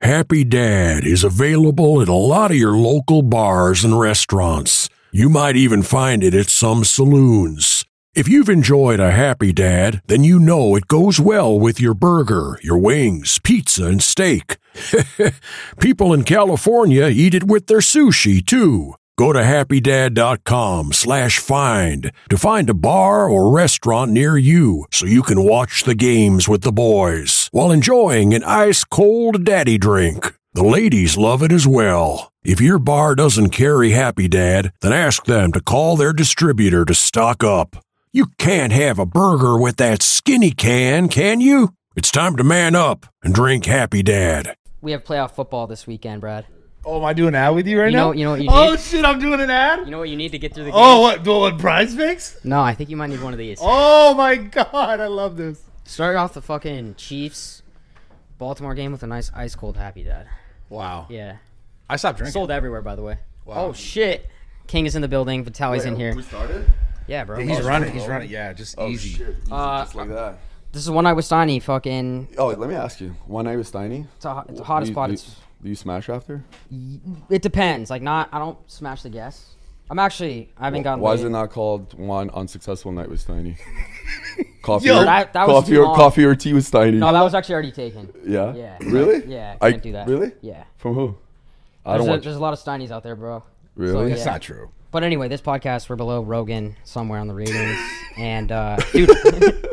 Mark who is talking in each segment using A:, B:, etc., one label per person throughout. A: Happy Dad is available at a lot of your local bars and restaurants. You might even find it at some saloons. If you've enjoyed a Happy Dad, then you know it goes well with your burger, your wings, pizza, and steak. People in California eat it with their sushi too. Go to happydad.com slash find to find a bar or restaurant near you so you can watch the games with the boys while enjoying an ice cold daddy drink. The ladies love it as well. If your bar doesn't carry Happy Dad, then ask them to call their distributor to stock up. You can't have a burger with that skinny can, can you? It's time to man up and drink Happy Dad.
B: We have playoff football this weekend, Brad.
C: Oh, am I doing an ad with you right
B: You
C: now?
B: know- you know what you
C: oh
B: need?
C: shit, I'm doing an ad.
B: You know what you need to get through the game?
C: oh, what? What, what prize picks?
B: No, I think you might need one of these.
C: Oh my god, I love this.
B: Start off the fucking Chiefs Baltimore game with a nice ice cold happy dad.
C: Wow.
B: Yeah.
C: I stopped drinking.
B: Sold everywhere, by the way. Oh, shit. King is in the building. Vitali's in here.
D: We started?
B: Yeah, bro.
C: He's
B: Oh,
C: running. He's running. Yeah, just easy.
D: Oh, Shit, easy,
B: Uh,
D: just like that.
B: This is one night with Steiny. Fucking.
D: Oh, let me ask you. One night with Steiny.
B: It's a, it's a hot
D: do,
B: spot.
D: you-
B: It's,
D: do you smash after?
B: it depends. Like, not. I don't smash the guests. I'm actually. I haven't gotten.
D: Why is
B: laid.
D: it not called one unsuccessful night with Steiny? coffee,
C: Yo,
D: or,
B: that- that was
D: coffee,
B: too
D: or
B: long.
D: coffee or tea with Steiny.
B: No, that was actually already taken.
D: yeah.
B: Yeah.
D: Really?
B: Yeah. I
D: I-
B: can't do that.
D: Really?
B: Yeah.
D: From who? I
B: There's,
D: don't
B: a,
D: watch.
B: there's a lot of Steinies out there, bro.
D: Really?
B: yeah.
C: That's not true.
B: But anyway, this podcast we're below Rogan somewhere on the ratings, and uh, dude,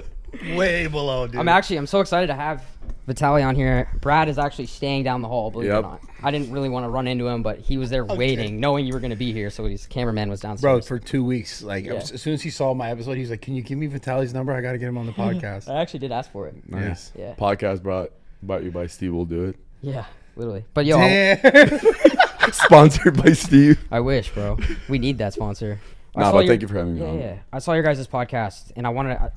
C: Way below, dude.
B: I'm actually I'm so excited to have Vitaly on here. Brad is actually staying down the hall, believe it
D: Yep.
B: or not. I didn't really want to run into him, but he was there waiting, knowing you were going to be here, so his cameraman was
C: Bro,
B: downstairs.
C: for two weeks, like
B: Yeah.
C: as soon as he saw my episode, he's like, "Can you give me Vitaly's number? I gotta get him on the podcast."
B: I actually did ask for it.
D: nice.
B: Yeah.
D: Podcast brought brought you by Steve. We'll do it.
B: Yeah, literally. But yo, I,
C: Damn.
D: Sponsored by Steve.
B: I wish, bro. We need that sponsor. I
D: Nah,
B: saw
D: but
B: your-
D: thank you for having me
B: yeah,
D: on.
B: Yeah, I saw your guys' podcast, and I wanted. I,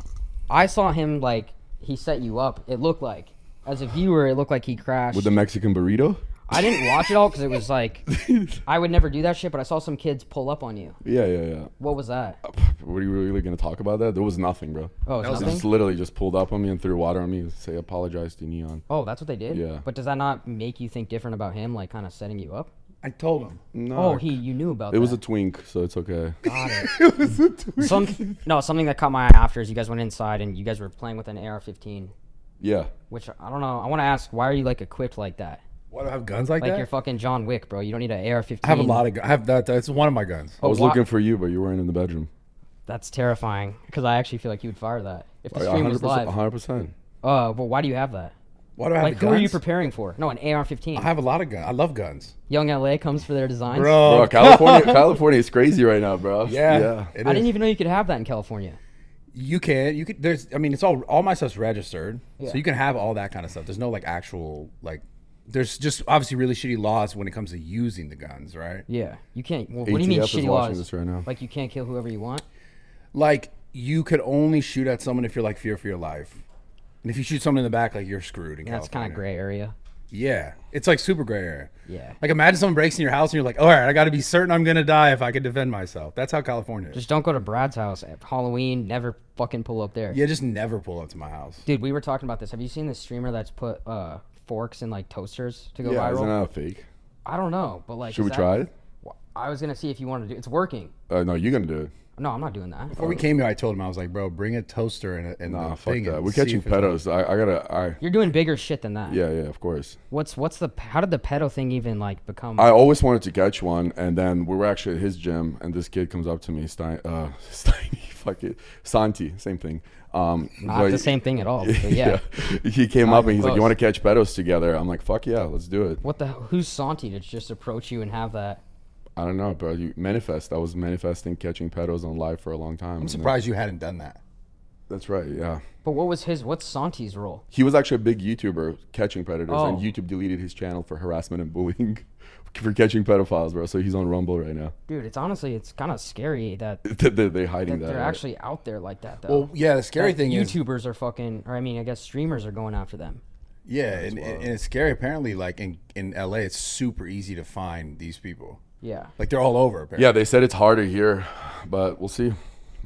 B: I saw him like he set you up. It looked like, as a viewer, it looked like he crashed.
D: With the Mexican burrito.
B: I didn't watch it all because it was like I would never do that shit. But I saw some kids pull up on you.
D: Yeah, yeah, yeah.
B: What was that?
D: Were you really gonna talk about that? There was nothing, bro.
B: Oh, it was
D: They
B: nothing?
D: just literally just pulled up on me and threw water on me and say apologize to Neon.
B: Oh, that's what they did.
D: Yeah.
B: But does that not make you think different about him, like kind of setting you up?
C: I told him.
D: No,
B: Oh, he you knew about
D: it
B: that.
D: was a twink, so it's okay.
B: some no something that caught my eye after is you guys went inside and you guys were playing with an AR-15,
D: Yeah,
B: which I don't know. I want to ask why are you like equipped like that?
C: Why do I have guns like,
B: Like
C: that?
B: you're fucking John Wick, bro. You don't need an AR-15.
C: I have a lot of. gu- I have that. That's one of my guns.
D: I was
B: why-
D: looking for you, but you weren't in the bedroom.
B: That's terrifying because I actually feel like you would fire that if the
D: Like,
B: stream was
D: Oh, 100%,
B: live.
D: 100%.
B: Uh, but why do you have that?
C: Why do I have
B: Like, who
C: guns?
B: are you preparing for? No, an AR-15.
C: I have a lot of guns. I love guns,
B: Young LA comes for their designs.
D: Bro,
C: bro.
D: California, California is crazy right now, bro.
C: Oh. Yeah, it
B: I
C: is.
B: didn't even know you could have that in California.
C: You can. You could. There's. I mean, it's all. All my stuff's registered,
B: Yeah.
C: so you can have all that kind of stuff. There's no like actual like. There's just obviously really shitty laws when it comes to using the guns, right?
B: Yeah, you can't. Well, what do you mean
D: ATF is
B: shitty
D: watching
B: laws?
D: this right now.
B: Like you can't kill whoever you want.
C: Like you could only shoot at someone if you're like fear for your life, and if you shoot someone in the back, like you're screwed. In
B: That's kind of
C: California.
B: gray area.
C: Yeah, it's like super gray area.
B: Yeah.
C: Like imagine someone breaks in your house and you're like, all right, I got to be certain I'm gonna die if I can defend myself. That's how California is.
B: Just don't go to Brad's house at Halloween. Never fucking pull up there.
C: yeah, just never pull up to my house.
B: Dude, we were talking about this. Have you seen the streamer that's put uh, forks in like toasters to go
D: Yeah, isn't
B: viral?
D: that a fake?
B: I don't know, but like,
D: Should
B: is
D: we
B: that-
D: try it?
B: Wh- I was gonna see if you wanted to do. It's working.
D: Uh, no, you're gonna do it.
B: No, I'm not doing that.
C: Before we came here, I told him I was like, bro, bring a toaster and a and
D: Nah,
C: a
D: fuck
C: thing
D: that.
C: and
D: We're
C: see
D: catching
C: if it's-
D: pedos. I, I gotta. I
B: You're doing bigger shit than that.
D: yeah, yeah, of course.
B: What's what's the how did the pedo thing even like become?
D: I always wanted to catch one, and then we were actually at his gym, and this kid comes up to me, Stein, uh, Steiny, fuck it, Santi, same thing. Um,
B: not
D: but-
B: the same thing at all. But yeah.
D: He came up and he's like,
B: close.
D: "You want to catch pedos together?" I'm like, "Fuck yeah, let's do it."
B: What the who's Santi to just approach you and have that?
D: I don't know, bro. You manifest. I was manifesting catching pedos on live for a long time.
C: I'm surprised you hadn't done that.
D: That's right. Yeah,
B: But what was his? What's Santi's role?
D: he was actually a big YouTuber catching predators, and
B: Oh.
D: YouTube deleted his channel for harassment and bullying for catching pedophiles, bro. So he's on Rumble right now.
B: Dude, it's honestly it's kind of scary that
D: They- they- They're hiding that.
B: they're
D: right?
B: actually out there like that though.
C: Well, yeah, the scary thing is,
B: YouTubers are fucking, or I mean, I guess streamers are going after them.
C: yeah, and, and it's scary. Apparently, like in in LA, it's super easy to find these people.
B: Yeah.
C: Like they're all over. Apparently.
D: Yeah, they said it's harder here, but we'll see.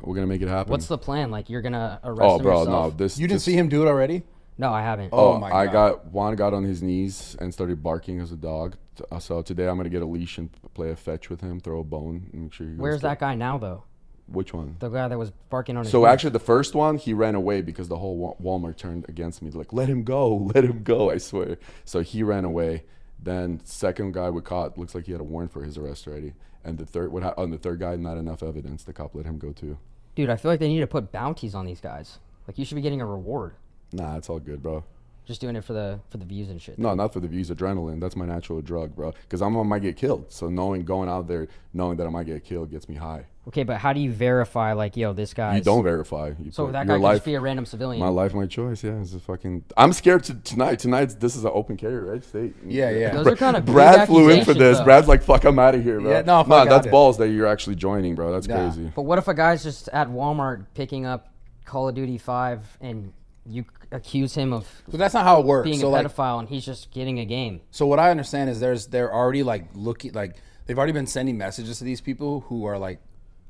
D: We're gonna make it happen.
B: What's the plan? Like you're gonna arrest
D: oh,
B: him
D: bro,
B: yourself?
D: no, this
C: you didn't
D: this-
C: see him do it already.
B: No, I haven't.
D: Oh,
C: my
D: I
C: God.
D: got Juan got on his knees and started barking as a dog. T- uh, So today I'm gonna get a leash and p- play a fetch with him, throw a bone, and make sure. he goes
B: Where's
D: to-
B: that guy now though?
D: Which one?
B: The guy that was barking on his.
D: So
B: knees?
D: actually, the first one he ran away because the whole Wa- Walmart turned against me. Like, let him go, let him go. I swear. So he ran away. Then second guy we caught looks like he had a warrant for his arrest already. And the third, what ha- on the third guy, not enough evidence. The cop let him go too.
B: dude, I feel like they need to put bounties on these guys. Like you should be getting a reward,
D: Nah, it's all good, bro.
B: just doing it for the for the views and shit.
D: No, not for the views. Adrenaline. That's my natural drug, bro. Because I'm I might get killed. So knowing going out there, knowing that I might get killed, gets me high.
B: Okay, but how do you verify like yo this guy?
D: You don't verify. You
B: So
D: put
B: that
D: your
B: guy could
D: life,
B: just be a random civilian.
D: my life, my choice. Yeah, it's a fucking. I'm scared to tonight. Tonight's this is an open carry, right? State.
C: Yeah, yeah.
B: Those are kind of
D: Brad flew in for this.
B: Though.
D: Brad's like, "Fuck, I'm out of here, bro."
C: Yeah, no,
D: nah,
C: fuck
D: that's
C: outta.
D: balls that you're actually joining, bro. That's
C: Nah.
D: crazy.
B: But what if a guy's just at Walmart picking up Call of Duty Five, and you c- accuse him of
C: So that's not how it works.
B: being
C: so
B: a
C: like,
B: pedophile, and he's just getting a game?
C: So what I understand is there's they're already like looking like they've already been sending messages to these people who are like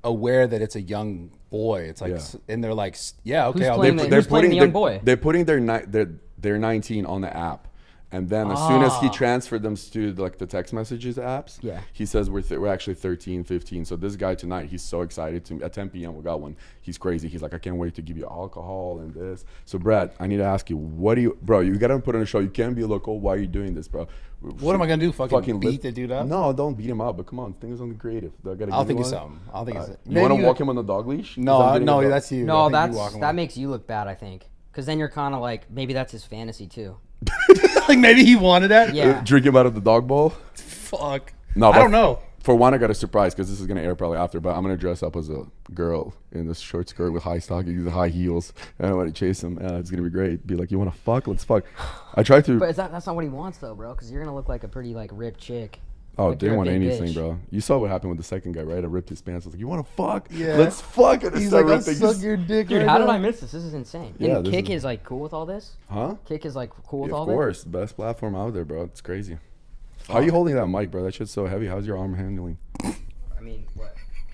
C: aware that it's a young boy. It's like
D: Yeah.
C: s- and they're like s- yeah okay
B: Who's
C: I'll
B: playing
C: do
B: the-
C: it.
B: who's playing the young boy?
D: they're, they're putting their ni- their their 19 on the app, and then as soon as he transferred them to like the text messages apps,
B: Ah. Yeah.
D: he says we're th- we're actually 13, 15. So this guy tonight, he's so excited to at 10 p.m. We got one. He's crazy. He's like, I can't wait to give you alcohol and this. So Brad, I need to ask you, what do you, bro? You gotta put on a show. You can't be local. Why are you doing this, bro?
C: What am I gonna do? Fucking, beat
D: lift-
C: the dude up?
D: No, don't beat him up. But come on, think of something creative. I gotta
C: I'll
D: give
C: think
D: you
C: of
D: one.
C: something. I'll think of something.
D: You want
C: Maybe
D: to walk him on the dog leash?
C: No,
D: Is
C: I-
D: that what you're
C: no,
D: about?
C: that's you. I
B: No,
C: think you
B: that's
C: walk him
B: that
C: on.
B: makes you look bad, I think, because then you're kind of like maybe that's his fantasy too.
D: Uh,
C: like maybe he wanted that.
B: Yeah.
D: Drink him out of the dog bowl.
C: Fuck.
D: No,
C: I
D: but
C: don't know.
D: For one, I got a surprise because this is gonna air probably after, but I'm gonna dress up as a girl in this short skirt with high stockings and high heels, and I want to chase him. Uh, it's gonna be great. Be like, you want to fuck? Let's fuck. I tried to.
B: But is that, that's not what he wants though, bro. Because you're gonna look like a pretty like ripped chick.
D: oh,
B: Like, you're
D: didn't
B: a
D: want
B: big
D: anything,
B: bitch.
D: bro. You saw what happened with the second guy, right? I ripped his pants. I was like, you want to fuck?
C: Yeah.
D: Let's fuck. And I
C: He's
D: started
C: like, I'll
D: ripping
C: suck
D: his-
C: your dick.
B: Dude,
C: right
B: how did
C: now.
B: I miss this? This is insane.
D: Yeah,
B: and
D: this
B: Kick
D: is-
B: is, like cool with all this.
D: Huh?
B: Kick is like cool with
D: Of
B: all
D: course, best platform out there, bro. It's crazy. How you holding that mic, bro? That shit's so heavy. How's your arm handling?
B: this. I mean, what?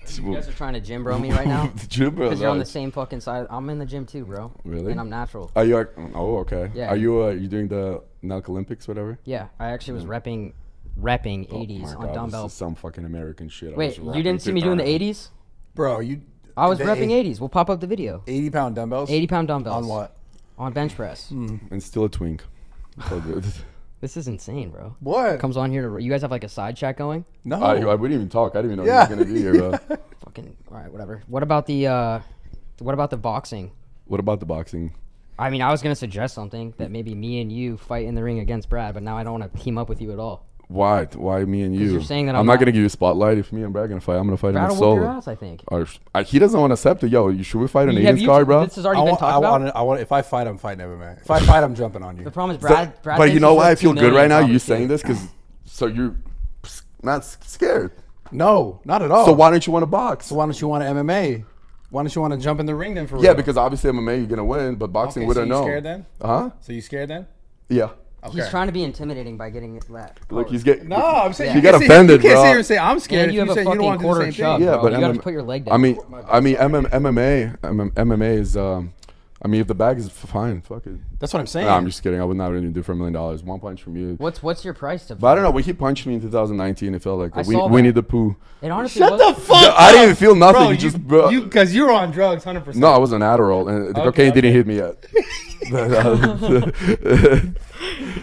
B: You guys are trying to gym bro me right now.
D: Jim, bro,
B: Because you're on the
D: that-
B: same fucking side. I'm in the gym too, bro.
D: Really?
B: And I'm natural.
D: Are you? ac- Oh, okay.
B: Yeah.
D: Are you? Uh, you doing the Nelk Olympics, whatever?
B: Yeah, I actually was repping, repping 80s on
D: This
B: dumbbells.
D: is some fucking American shit. I
B: Wait,
D: was
B: you
D: rapping
B: didn't see
D: to
B: me doing the
D: Donna.
B: 80s?
C: bro? You.
B: I was
C: the
B: repping
C: eight-
B: 80s. We'll pop up the video.
C: 80 pound dumbbells.
B: 80 pound dumbbells.
C: on what?
B: On bench press.
D: And still a twink. It's all good.
B: This is insane, bro.
C: What?
B: Comes on here to. You guys have like a side chat going?
C: no.
D: I, I wouldn't even talk. I didn't even know
C: Yeah.
D: he was gonna be here, bro.
B: Fucking. Alright, whatever. What about the. uh What about the boxing?
D: What about the boxing?
B: I mean, I was gonna suggest something that maybe me and you fight in the ring against Brad, but now I don't want to team up with you at all.
D: Why? Why me and you?
B: you're saying that
D: I'm,
B: I'm
D: not
B: not-
D: gonna give you a spotlight. If me and Brad gonna fight, I'm gonna fight
B: Brad
D: him
B: will
D: solo.
B: whoop your ass, I think.
D: Or- I- he doesn't want to accept it. Yo, you should we fight on
B: You- have
D: Aiden's
B: you-
D: card, bro?
B: This has already
C: I
B: been
C: want,
B: talked
C: I,
B: about.
C: want, I want. If I fight, I'm fighting MMA. If I fight, I'm jumping on you.
B: The problem is
D: So-
B: Brad. Brad
D: but
B: thinks
D: you
B: he's
D: know
B: worth
D: why I
B: two
D: feel good
B: million Oh,
D: right now.
B: probably,
D: You
B: too.
D: saying this because so you're s- not s- scared.
C: No, not at
B: Oh.
C: all.
D: So why don't you want to box?
C: So why don't you want to MMA? Why don't you want to jump in the ring then for real?
D: Yeah, because obviously MMA you're gonna win, but boxing
C: Okay,
D: we
C: so
D: don't
C: you
D: know.
C: scared then?
D: Huh?
C: So you scared then?
D: Yeah.
B: He's trying to be intimidating by getting that.
D: Look, he's getting.
C: No, I'm saying
D: You
C: can't
D: got
C: sit-
D: offended,
C: You can't
D: bro.
C: sit here and say I'm scared.
B: And
C: if
B: you have a
C: say you don't
B: fucking
C: want to do the
B: quarter
C: same
B: chub.
C: thing.
D: Yeah,
B: bro.
D: but
B: You gotta
D: MMA
B: put your leg
D: I
B: down.
D: mean, I mean MM, MMA, MM, MMA is. Um, I mean, if the bag is f- fine, fuck it.
C: That's what I'm saying.
D: Nah, I'm just kidding. I would not even do it for a million dollars. One punch from you.
B: What's what's your price to?
D: But I don't know. When he punched me in 2019, it felt like
B: I
D: we,
B: saw
D: we
B: that.
D: need the poo.
B: It honestly
C: Shut the
B: was,
C: fuck up.
D: I didn't even feel nothing.
C: Bro,
D: you
C: you,
D: just bro.
C: because you, are on drugs, hundred percent.
D: no, I was on Adderall, and the cocaine didn't hit me yet. uh,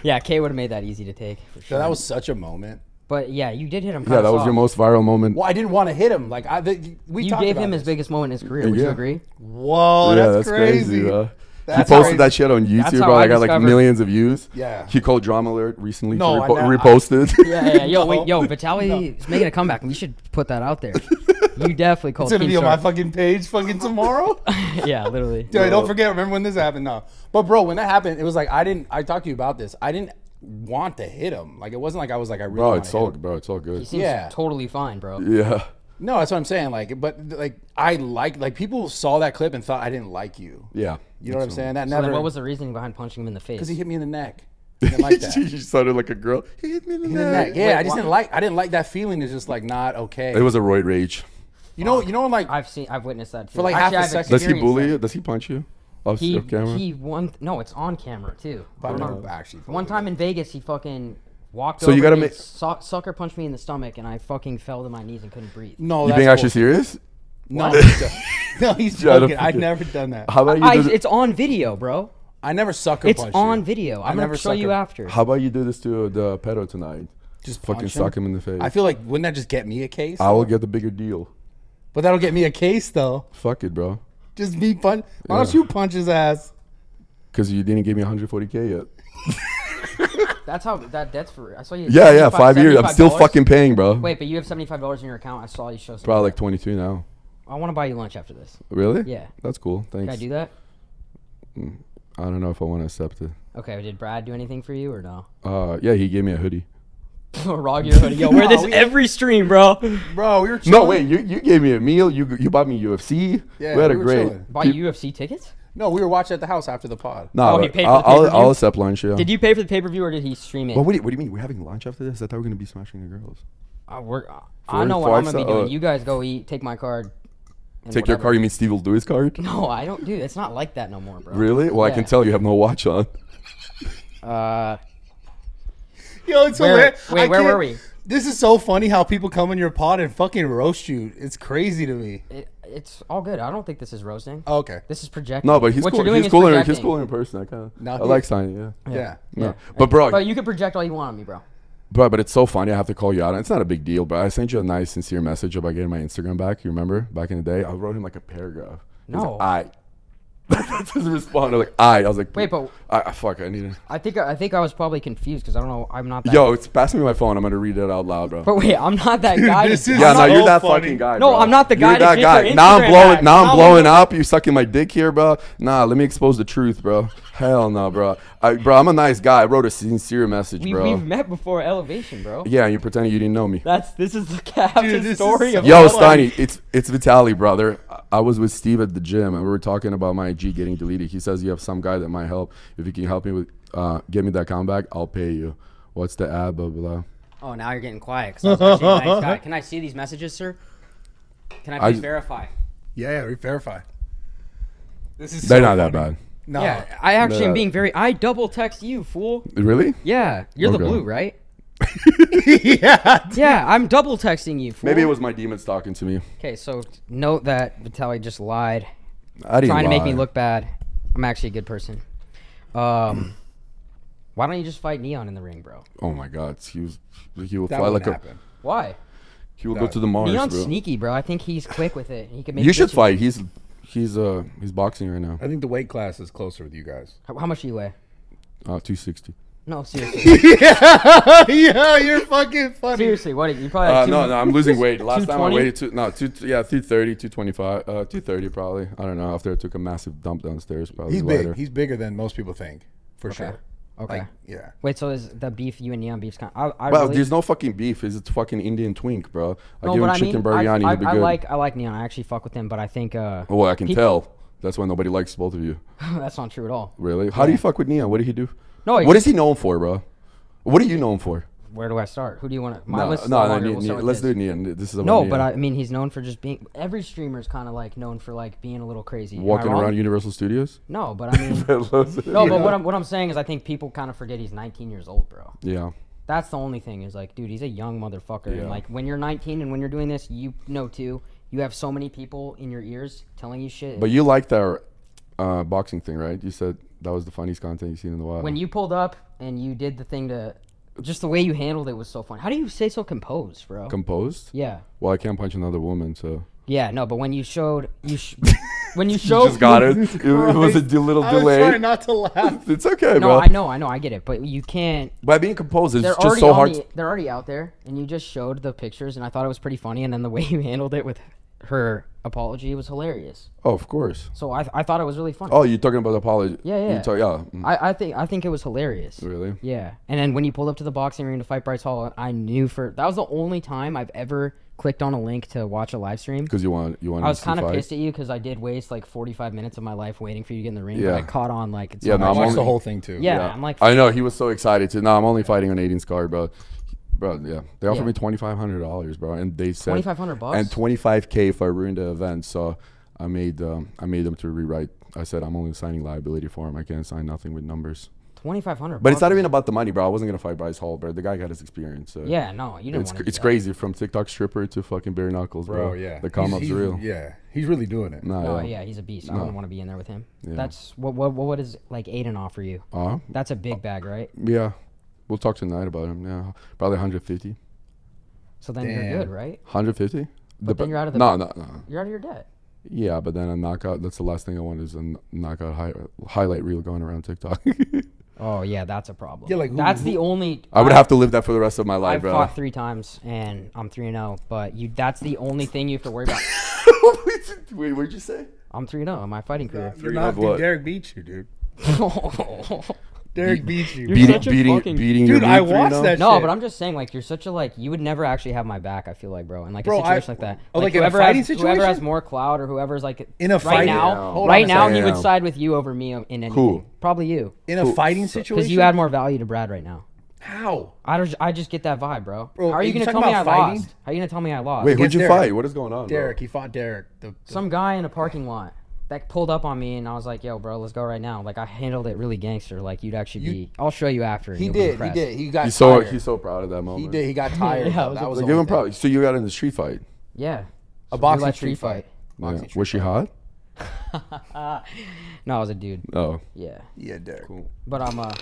B: Yeah, K would have made that easy to take for sure.
C: that was such a moment.
B: But yeah, you did hit him.
D: yeah, that was your most viral moment.
C: Well, I didn't want to hit him. Like I, th- we
B: You
C: talked
B: gave
C: about
B: him
C: this.
B: his biggest moment in his career. Would you
D: Yeah.
B: agree?
C: Whoa,
D: yeah,
C: that's, crazy.
D: bro.
C: That's
D: he posted
C: crazy.
D: that shit on YouTube,
B: how
D: bro.
B: I
D: I got like
B: discovered-
D: millions of views.
C: Yeah.
D: He called Drama Alert recently.
C: No,
D: No,
C: I
D: repo-
C: know- I-
B: Yeah,
D: reposted.
B: yeah. yeah. Yo, wait, yo,
C: No.
B: Vitaly is making a comeback. We should put that out there. You definitely called.
C: It's gonna be on my
B: Keemstar.
C: fucking page, fucking tomorrow.
B: Yeah, literally.
C: Dude, don't forget. Remember when this happened? No, but bro, when that happened, it was like I didn't. I talked to you about this. I didn't want to hit him. Like it wasn't like I was like I really.
D: bro,
C: wanna
D: it's
C: hit
D: all
C: him.
D: bro, it's all good.
B: He seems
C: Yeah.
B: totally fine, bro.
D: Yeah.
C: No, that's what I'm saying. Like, but like I like like people saw that clip and thought I didn't like you.
D: Yeah.
C: You know what I'm saying? That
B: So
C: never.
B: then, what was the reasoning behind punching him in the face?
C: Because he hit me in the neck. I didn't like that.
D: she she sounded like a girl. He hit me in the
C: In the neck.
D: neck.
C: Yeah, I just didn't like. I didn't like that feeling. Is just like not okay.
D: It was a roid rage.
C: you know. You know. Like
B: I've seen, I've witnessed that. Too.
C: like, half a
B: I've
C: second-
D: Does he
B: experienced
D: bully
B: that.
D: you? Does he punch you? Off,
B: He
D: off camera.
B: he one no, it's on camera too.
C: But I
B: One-
C: remember actually.
B: One time in Vegas, he fucking walked
D: So
B: over
D: you gotta
B: and
D: make-
B: su- sucker punched me in the stomach, and I fucking fell to my knees and couldn't breathe.
C: No,
D: you
C: that's
D: being actually
C: bullshit.
D: serious?
C: No, he's jo- no, he's
D: Shut up,
C: joking. I've
D: forget-
C: never done that.
D: How about you?
B: I,
D: do th-
B: it's on video, bro.
C: I never sucker
B: It's
C: punched
B: on
C: you.
B: video.
C: I
B: I'm
C: never
B: gonna show you
C: sucker-
B: after.
D: how about you do this to the pedo tonight?
C: Just
D: fucking
C: punch
D: suck him in the face.
C: I feel like wouldn't that just get me a case?
D: I will get the bigger deal.
C: but that'll get me a case though.
D: Fuck it, bro.
C: Just me punch. Why don't you punch his ass?
D: Because you didn't give me 140k yet.
B: That's how that that's for. I saw you.
D: Yeah, yeah,
B: 75
D: five years. I'm still
B: $75.
D: fucking paying, bro.
B: Wait, but you have seventy five dollars in your account. I saw you show. Some.
D: probably like 22 now.
B: I want to buy you lunch after this.
D: Really?
B: Yeah.
D: That's cool. Thanks.
B: Can I do that?
D: I don't know if I want to accept it.
B: Okay. Did Brad do anything for you or no?
D: Uh, yeah, he gave me a hoodie.
B: Rog your hoodie. Yo, wear this every stream, bro.
C: Bro, we were
D: No, wait. You, you gave me a meal. You you bought me UFC.
C: Yeah,
D: we had a
C: we were
D: great.
C: chilling.
B: Buy UFC tickets?
C: No, we were watching at the house after the pod.
D: Nah,
B: Oh, he
D: but
B: paid for the
D: I'll, I'll,
B: pay-per-view?
D: I'll accept lunch. Yeah.
B: Did you pay for the pay per view or did he stream it?
D: But what do, you, what do you mean? We're having lunch after this? I thought we were gonna be smashing the girls.
B: Uh, I, work, I know what I'm gonna be
D: 45
B: doing.
D: uh,
B: You guys go eat. Take my card. and
D: Take your
B: whatever.
D: card. You mean Steve will do his card?
B: No, I don't, dude. It's not like that no more, bro.
D: Really? Well, I can
B: Yeah.
D: tell you have no watch on.
B: Uh,
C: Yo, it's
B: Where-
C: hilarious.
B: wait,
C: I
B: where
C: can't-
B: were we?
C: This is so funny how people come in your pod and fucking roast you. It's crazy to me. Oh,
B: it, it's all good. I don't think this is roasting.
C: Okay.
B: This is projecting.
D: Oh. No, but he's
B: what
D: cool.
B: You're doing
D: He's
B: is
D: cooler. He's
B: projecting.
D: cooler in person. I kind of.
C: No,
D: I
C: he-
D: like signing. Yeah.
C: Yeah.
D: No. But bro,
B: But you can project all you want on me, bro.
D: Bro, but it's so funny. I have to call you out. It's not a big deal, but I sent you a nice, sincere message about getting my Instagram back. You remember back in the day? I wrote him like a paragraph. He was
B: No.
D: Like, I. That's his response. I was like, I. I was like,
B: Wait, but-
D: I, I- fuck. I need to.
B: I think I think I was probably confused because I don't know. I'm not that.
D: Yo, it's pass me my phone. I'm gonna read it out loud, bro.
B: But wait, I'm not that guy.
C: this
B: to-
C: is-
D: yeah,
C: I'm
D: no,
C: so
D: you're that
C: funny.
D: fucking guy.
B: No,
D: bro.
B: I'm not the guy
D: You're
B: to
D: that
B: get
D: guy.
B: your
D: now
B: Instagram
D: I'm blowing.
B: back.
D: Now
B: Now
D: I'm
B: I'm
D: blowing up. You sucking my dick here, bro. Nah, let me expose the truth, bro. Hell no, bro. I, bro, I'm a nice guy. I wrote a sincere message,
B: we,
D: bro.
B: we've met before elevation, bro.
D: yeah, you pretended you didn't know me.
B: That's this is the captain
C: Dude, this is
B: story
C: so
B: of
D: Yo,
B: my life.
D: Steiny, it's it's Vitali, brother. I- I was with Steve at the gym, and we were talking about my IG getting deleted. He says you have some guy that might help. If you can help me with, uh, get me that comeback, I'll pay you. What's the ad? Blah blah. blah.
B: Oh, now you're getting quiet. 'cause I was actually a nice guy. Can I see these messages, sir? Can I
D: I
B: please
D: j-
B: verify?
C: Yeah, yeah, we verify. This is
D: They're
C: so
D: not that
C: funny.
D: bad.
C: No.
B: Yeah, I actually
D: Oh. No.
B: am being very. I double text you, fool.
D: Really?
B: Yeah, you're the
D: Okay.
B: blue, right?
C: yeah.
B: Yeah, I'm double texting you. Fool.
D: Maybe it was my demons talking to me.
B: Okay, so note that Vitaly just lied,
D: I didn't
B: trying to make me
D: lie.
B: look bad. I'm actually a good person. Um, why don't you just fight Neon in the ring, bro?
D: Oh my God, he was. He will
C: That
D: fly
C: would
D: like
C: like happen.
D: a.
B: Why?
D: He will go to the Mars,
B: Neon's
D: bro.
B: sneaky, bro. I think he's quick with it. He can make.
D: You should
B: bitches-
D: fight. He's he's uh he's boxing right now.
C: I think the weight class is closer with you guys.
B: How, how much do you weigh?
D: Uh, 260.
B: No, seriously.
C: yeah, you're fucking funny.
B: seriously, what? You probably.
D: Uh,
B: Like two,
D: no, no, I'm losing weight. Last time I
B: 220?
D: weighed two, no, two, yeah, 230, 225, uh, 230 probably. I don't know. After I took a massive dump downstairs, probably
C: He's
D: later.
C: big. He's bigger than most people think, for sure.
B: Okay.
C: Like, yeah.
B: Wait, so is the beef you and Neon beef's kind? I, I
D: Well,
B: really,
D: there's no fucking beef. It's a fucking Indian twink, bro. I
B: no,
D: give
B: but
D: him
B: I
D: chicken
B: mean,
D: biryani.
B: I,
D: he'll be
B: I, I
D: good.
B: like I like Neon. I actually fuck with him, but I think uh,
D: oh, I can
B: he-
D: tell. That's why nobody likes both of you.
B: that's not true at all.
D: Really? How do you fuck with Neon? What did he do?
B: No,
D: What
B: I-
D: is he known for, bro? What are you known for?
B: Where do I start? Who do you want to? My
D: No,
B: list is
D: no,
B: no,
D: no,
B: longer.
D: Ne-
B: We'll
D: Ne-
B: start with
D: let's
B: his.
D: do Neon. This is about
B: No,
D: Neon.
B: but I mean, he's known for just being. Every streamer's kind of like known for like being a little crazy. Am I
D: walking
B: wrong?
D: around Universal Studios.
B: No, but I mean, no, but what I'm what I'm saying is, I think people kind of forget he's 19 years old, bro.
D: yeah.
B: That's the only thing is like, dude, he's a young motherfucker.
D: Yeah.
B: And like, when you're 19 and when you're doing this, you know too, you have so many people in your ears telling you shit.
D: But you liked our uh, boxing thing, right? You said that was the funniest content you've seen in a while.
B: when you pulled up and you did the thing to, just the way you handled it was so funny. How do you say so composed, bro?
D: composed.
B: yeah.
D: Well, I can't punch another woman, so.
B: Yeah, no, but when you showed you sh- when you showed
D: it. It, was a little
C: I was trying not to laugh.
D: It's okay,
B: No,
D: bro.
B: I know, I know, I get it, but you can't.
D: By being composed, it's
B: They're
D: just
B: already
D: so
B: on
D: hard.
B: The, they're already out there, and you just showed the pictures, and I thought it was pretty funny, and then the way you handled it with her apology was hilarious.
D: oh, of course.
B: So I, I thought it was really funny.
D: Oh, you're talking about apology.
B: Yeah,
D: You
B: yeah.
D: talk- yeah. mm,
B: I, I think I think it was hilarious.
D: Really?
B: Yeah. And then when you pulled up to the boxing ring to fight Bryce Hall, I knew for that was the only time I've ever clicked on a link to watch a live stream.
D: Because you want you want.
B: I was kind of pissed at you because I did waste like 45 minutes of my life waiting for you to get in the ring.
D: Yeah.
B: But I caught on like it's
D: Yeah,
B: not
D: no,
B: my
D: I'm
C: Watch
D: only-
C: the whole thing too.
B: Yeah, I'm like,
D: I know he was so excited too. No, I'm only fighting on 18 car, bro. Bro, yeah, they offered
B: Yeah.
D: me twenty five hundred dollars, bro, and they said
B: 2,500 bucks?
D: and twenty five k if I ruined the event. So I made um, I made them to rewrite I said I'm only signing liability for him. I can't sign nothing with numbers.
B: Twenty five hundred.
D: But it's not even about the money, bro. I wasn't gonna fight Bryce Hall, bro. The guy got his experience. So
B: Yeah, no, you didn't.
D: It's cr- it's crazy from TikTok stripper to fucking bare knuckles, bro.
E: bro. Yeah,
D: the come
E: He's-
D: up's
E: he's-
D: real.
E: Yeah, he's really doing it.
D: Nah,
B: Oh
D: yeah.
B: yeah, he's a beast. I wouldn't want to be in there with him. That's what what what does like Aiden offer you?
D: Uh,
B: That's a big bag, right?
D: yeah. We'll talk tonight about him. Yeah, probably 150,
B: So then
E: Damn.
B: you're good, right?
D: 150. But
B: then you're out of the-
D: No, no, no.
B: You're out of your debt.
D: Yeah, but then a knockout. That's the last thing I want is a kn- knockout hi- highlight reel going around TikTok.
B: Oh yeah, that's a problem.
E: Yeah, like, who-
B: that's
E: who-
B: the only.
D: I would have to live that for the rest of my
B: I
D: life, bro.
B: fought three times and I'm three and zero. But you, that's the only thing you have to worry about.
D: Wait, what'd you say?
B: I'm three and zero in my fighting career.
E: You're
D: of
E: not. Dude,
D: what?
E: Derek beat you, dude.
B: no,
E: Derek beat you.
B: You're
D: Beating,
B: such a
D: beating,
B: fucking-
D: beating your
E: dude, I
D: meat three
E: watched
D: now?
E: that. shit.
B: but I'm just saying, like, you're such a like. You would never actually have my back. I feel like, bro, in like
E: Bro,
B: a situation
E: I-
B: like that.
E: oh, like in a
B: whoever
E: fighting
B: has, whoever has
E: situation?
B: more clout or whoever's like
E: In a
B: right
E: fighting-
B: now,
E: Damn. Hold on
B: right
E: a
B: now, he would
D: second.
B: side with you over me in anything.
D: Who?
B: Probably you,
E: in a fighting situation.
B: because you add more value to Brad right now.
E: how?
B: I don't. I just get that vibe, bro.
E: Bro,
B: How are you
E: you
B: gonna tell
E: talking
B: me I
E: about fighting?
B: lost? How are you gonna tell me I lost?
D: Wait, who'd
E: Against
D: you
E: Derek.
D: fight? What is going on, bro?
E: Derek, he fought Derek. The, the-
B: some guy in a parking lot that pulled up on me and I was like, "Yo, bro, let's go right now." Like I handled it really gangster. Like you'd actually be. I'll show you after. and
C: He
B: you'll be
C: did. He
B: impressed.
C: did. He got
D: He's so
C: tired.
D: he's so proud of that moment.
C: he did. He got tired.
B: Yeah,
C: though.
B: I was
C: that was
D: Like,
C: the
D: give
C: only
D: him
C: thing.
D: props. So you got in the street fight.
B: Yeah.
C: A
B: So
C: boxing
B: real-life
C: street fight.
D: Yeah. Was she hot?
B: No, I was a dude.
D: Oh,
B: Yeah.
C: Yeah, Derek.
B: But I'm uh,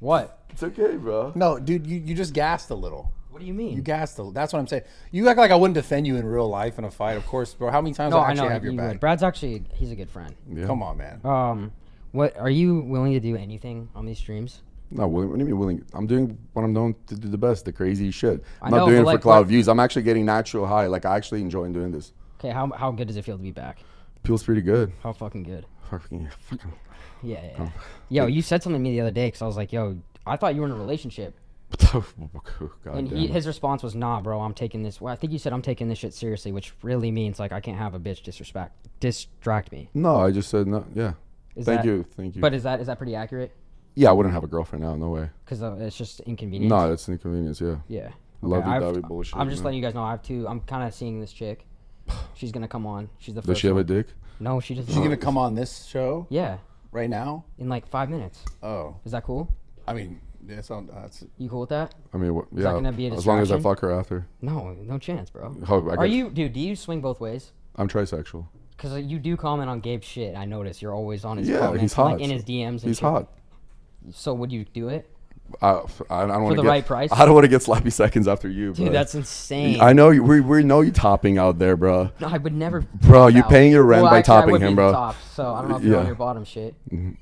B: what?
D: it's okay, bro.
C: No, dude, you, you just gassed a little.
B: What do you mean?
C: You gassed a little. That's what I'm saying. You act like I wouldn't defend you in real life in a fight, of course, bro. How many times
B: no,
C: I
B: I
C: actually
B: know
C: have your
B: you would.
C: back?
B: Brad's actually he's a good friend.
D: Yeah.
C: Come on, man.
B: Um, what are you willing to do anything on these streams?
D: No, willing, what do you mean willing? I'm doing what I'm known to do the best, the crazy shit. I'm
B: know,
D: not doing
B: but
D: it
B: like,
D: for cloud
B: what-
D: views. I'm actually getting natural high. Like I actually enjoy doing this.
B: Okay, how how good does it feel to be back?
D: Feels pretty good.
B: How fucking good?
D: Fucking, fucking.
B: Yeah.
C: Oh,
B: yeah, yeah. Yo, you said something to me the other day because I was like, yo, I thought you were in a relationship.
D: God
B: And
D: damn.
B: he,
D: it.
B: his response was, "Nah, bro, I'm taking this. Well, I think you said I'm taking this shit seriously, which really means like I can't have a bitch disrespect distract me.
D: No, I just said no. Yeah.
B: Is
D: thank
B: that-
D: you, thank you.
B: But is that is that pretty accurate?
D: yeah, I wouldn't have a girlfriend now. No way.
B: Because uh, it's just inconvenient.
D: No, it's an inconvenience. Yeah.
B: Yeah.
D: Lovey
B: I've-
D: dovey bullshit.
B: I'm just
D: man.
B: letting you guys know I have two. I'm kind of seeing this chick. She's gonna come on. She's the
D: Does
B: first.
D: she have a
B: one.
D: dick?
B: No, she doesn't.
C: She's gonna come on this show
B: Yeah,
C: right now.
B: in like five minutes.
C: Oh,
B: Is that cool?
C: I mean, that's on. That's
B: You cool with that?
D: I mean, what, yeah.
B: gonna be a
D: as long as I
B: distraction?
D: fuck her after.
B: No, no chance, bro.
D: Oh, I
B: Are
D: get-
B: you, dude? Do you swing both ways?
D: I'm trisexual.
B: Because you do comment on Gabe's shit. I notice you're always on his.
D: Yeah,
B: comments,
D: he's
B: and,
D: hot.
B: Like in his DMs. And
D: He's
B: shit.
D: hot.
B: So would you do it?
D: I, f- I don't want
B: the
D: to
B: right price?
D: I don't want to get sloppy seconds after you,
B: Dude,
D: but-
B: that's insane.
D: I know you, we we know you topping out there, bro.
B: No, I would never.
D: Bro, you
B: out.
D: paying your rent
B: Well,
D: by
B: actually, I
D: topping
B: would be
D: him,
B: the
D: bro.
B: Top, so I don't know if you're on
D: Yeah.
B: your bottom shit.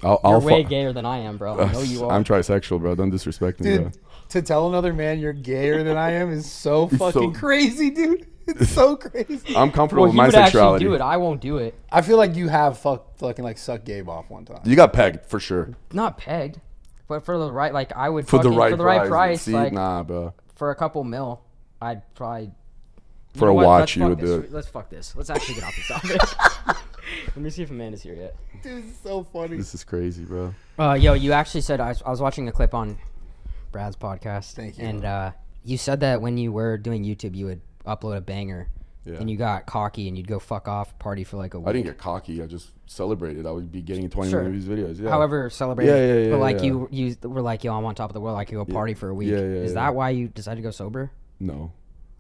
D: I'll, I'll
B: You're way
D: fu-
B: gayer than I am, bro. I know you are.
D: I'm trisexual, bro. Don't disrespect me, bro.
C: dude. To tell another man you're gayer than I am is so
D: so-
C: fucking crazy, dude. It's so crazy.
D: I'm comfortable
B: well,
D: with
B: he
D: my
B: would
D: sexuality.
B: actually do it. I won't do it.
C: I feel like you have fucked fucking like suck Gabe off one time.
D: You got pegged for sure
B: Not pegged, but for the right, like I would
D: for the
B: fucking-
D: right
B: for the right
D: price.
B: price,
D: See,
B: like
D: nah, bro.
B: for a couple mil, I'd probably. You
D: For
B: know
D: a
B: what? Let's
D: watch, you
B: fuck
D: would do
B: this.
D: it.
B: Let's fuck this. Let's actually get off this topic. Let me see if Amanda's here yet.
C: Dude, it's so funny.
D: This is crazy, bro.
B: Uh, yo, you actually said I was, I was watching a clip on Brad's podcast.
C: Thank you.
B: And uh, you said that when you were doing YouTube, you would upload a banger,
D: Yeah.
B: and you got cocky, and you'd go fuck off, party for like a week.
D: I didn't get cocky. I just celebrated. I would be getting 20
B: Sure.
D: million of these videos. Yeah.
B: However, celebrate.
D: Yeah,
B: it.
D: yeah, yeah,
B: But like
D: yeah.
B: you, you were like, yo, I'm on top of the world. I could go party for a week.
D: Yeah, yeah,
B: Is
D: yeah.
B: that why you decided to go sober?
D: No.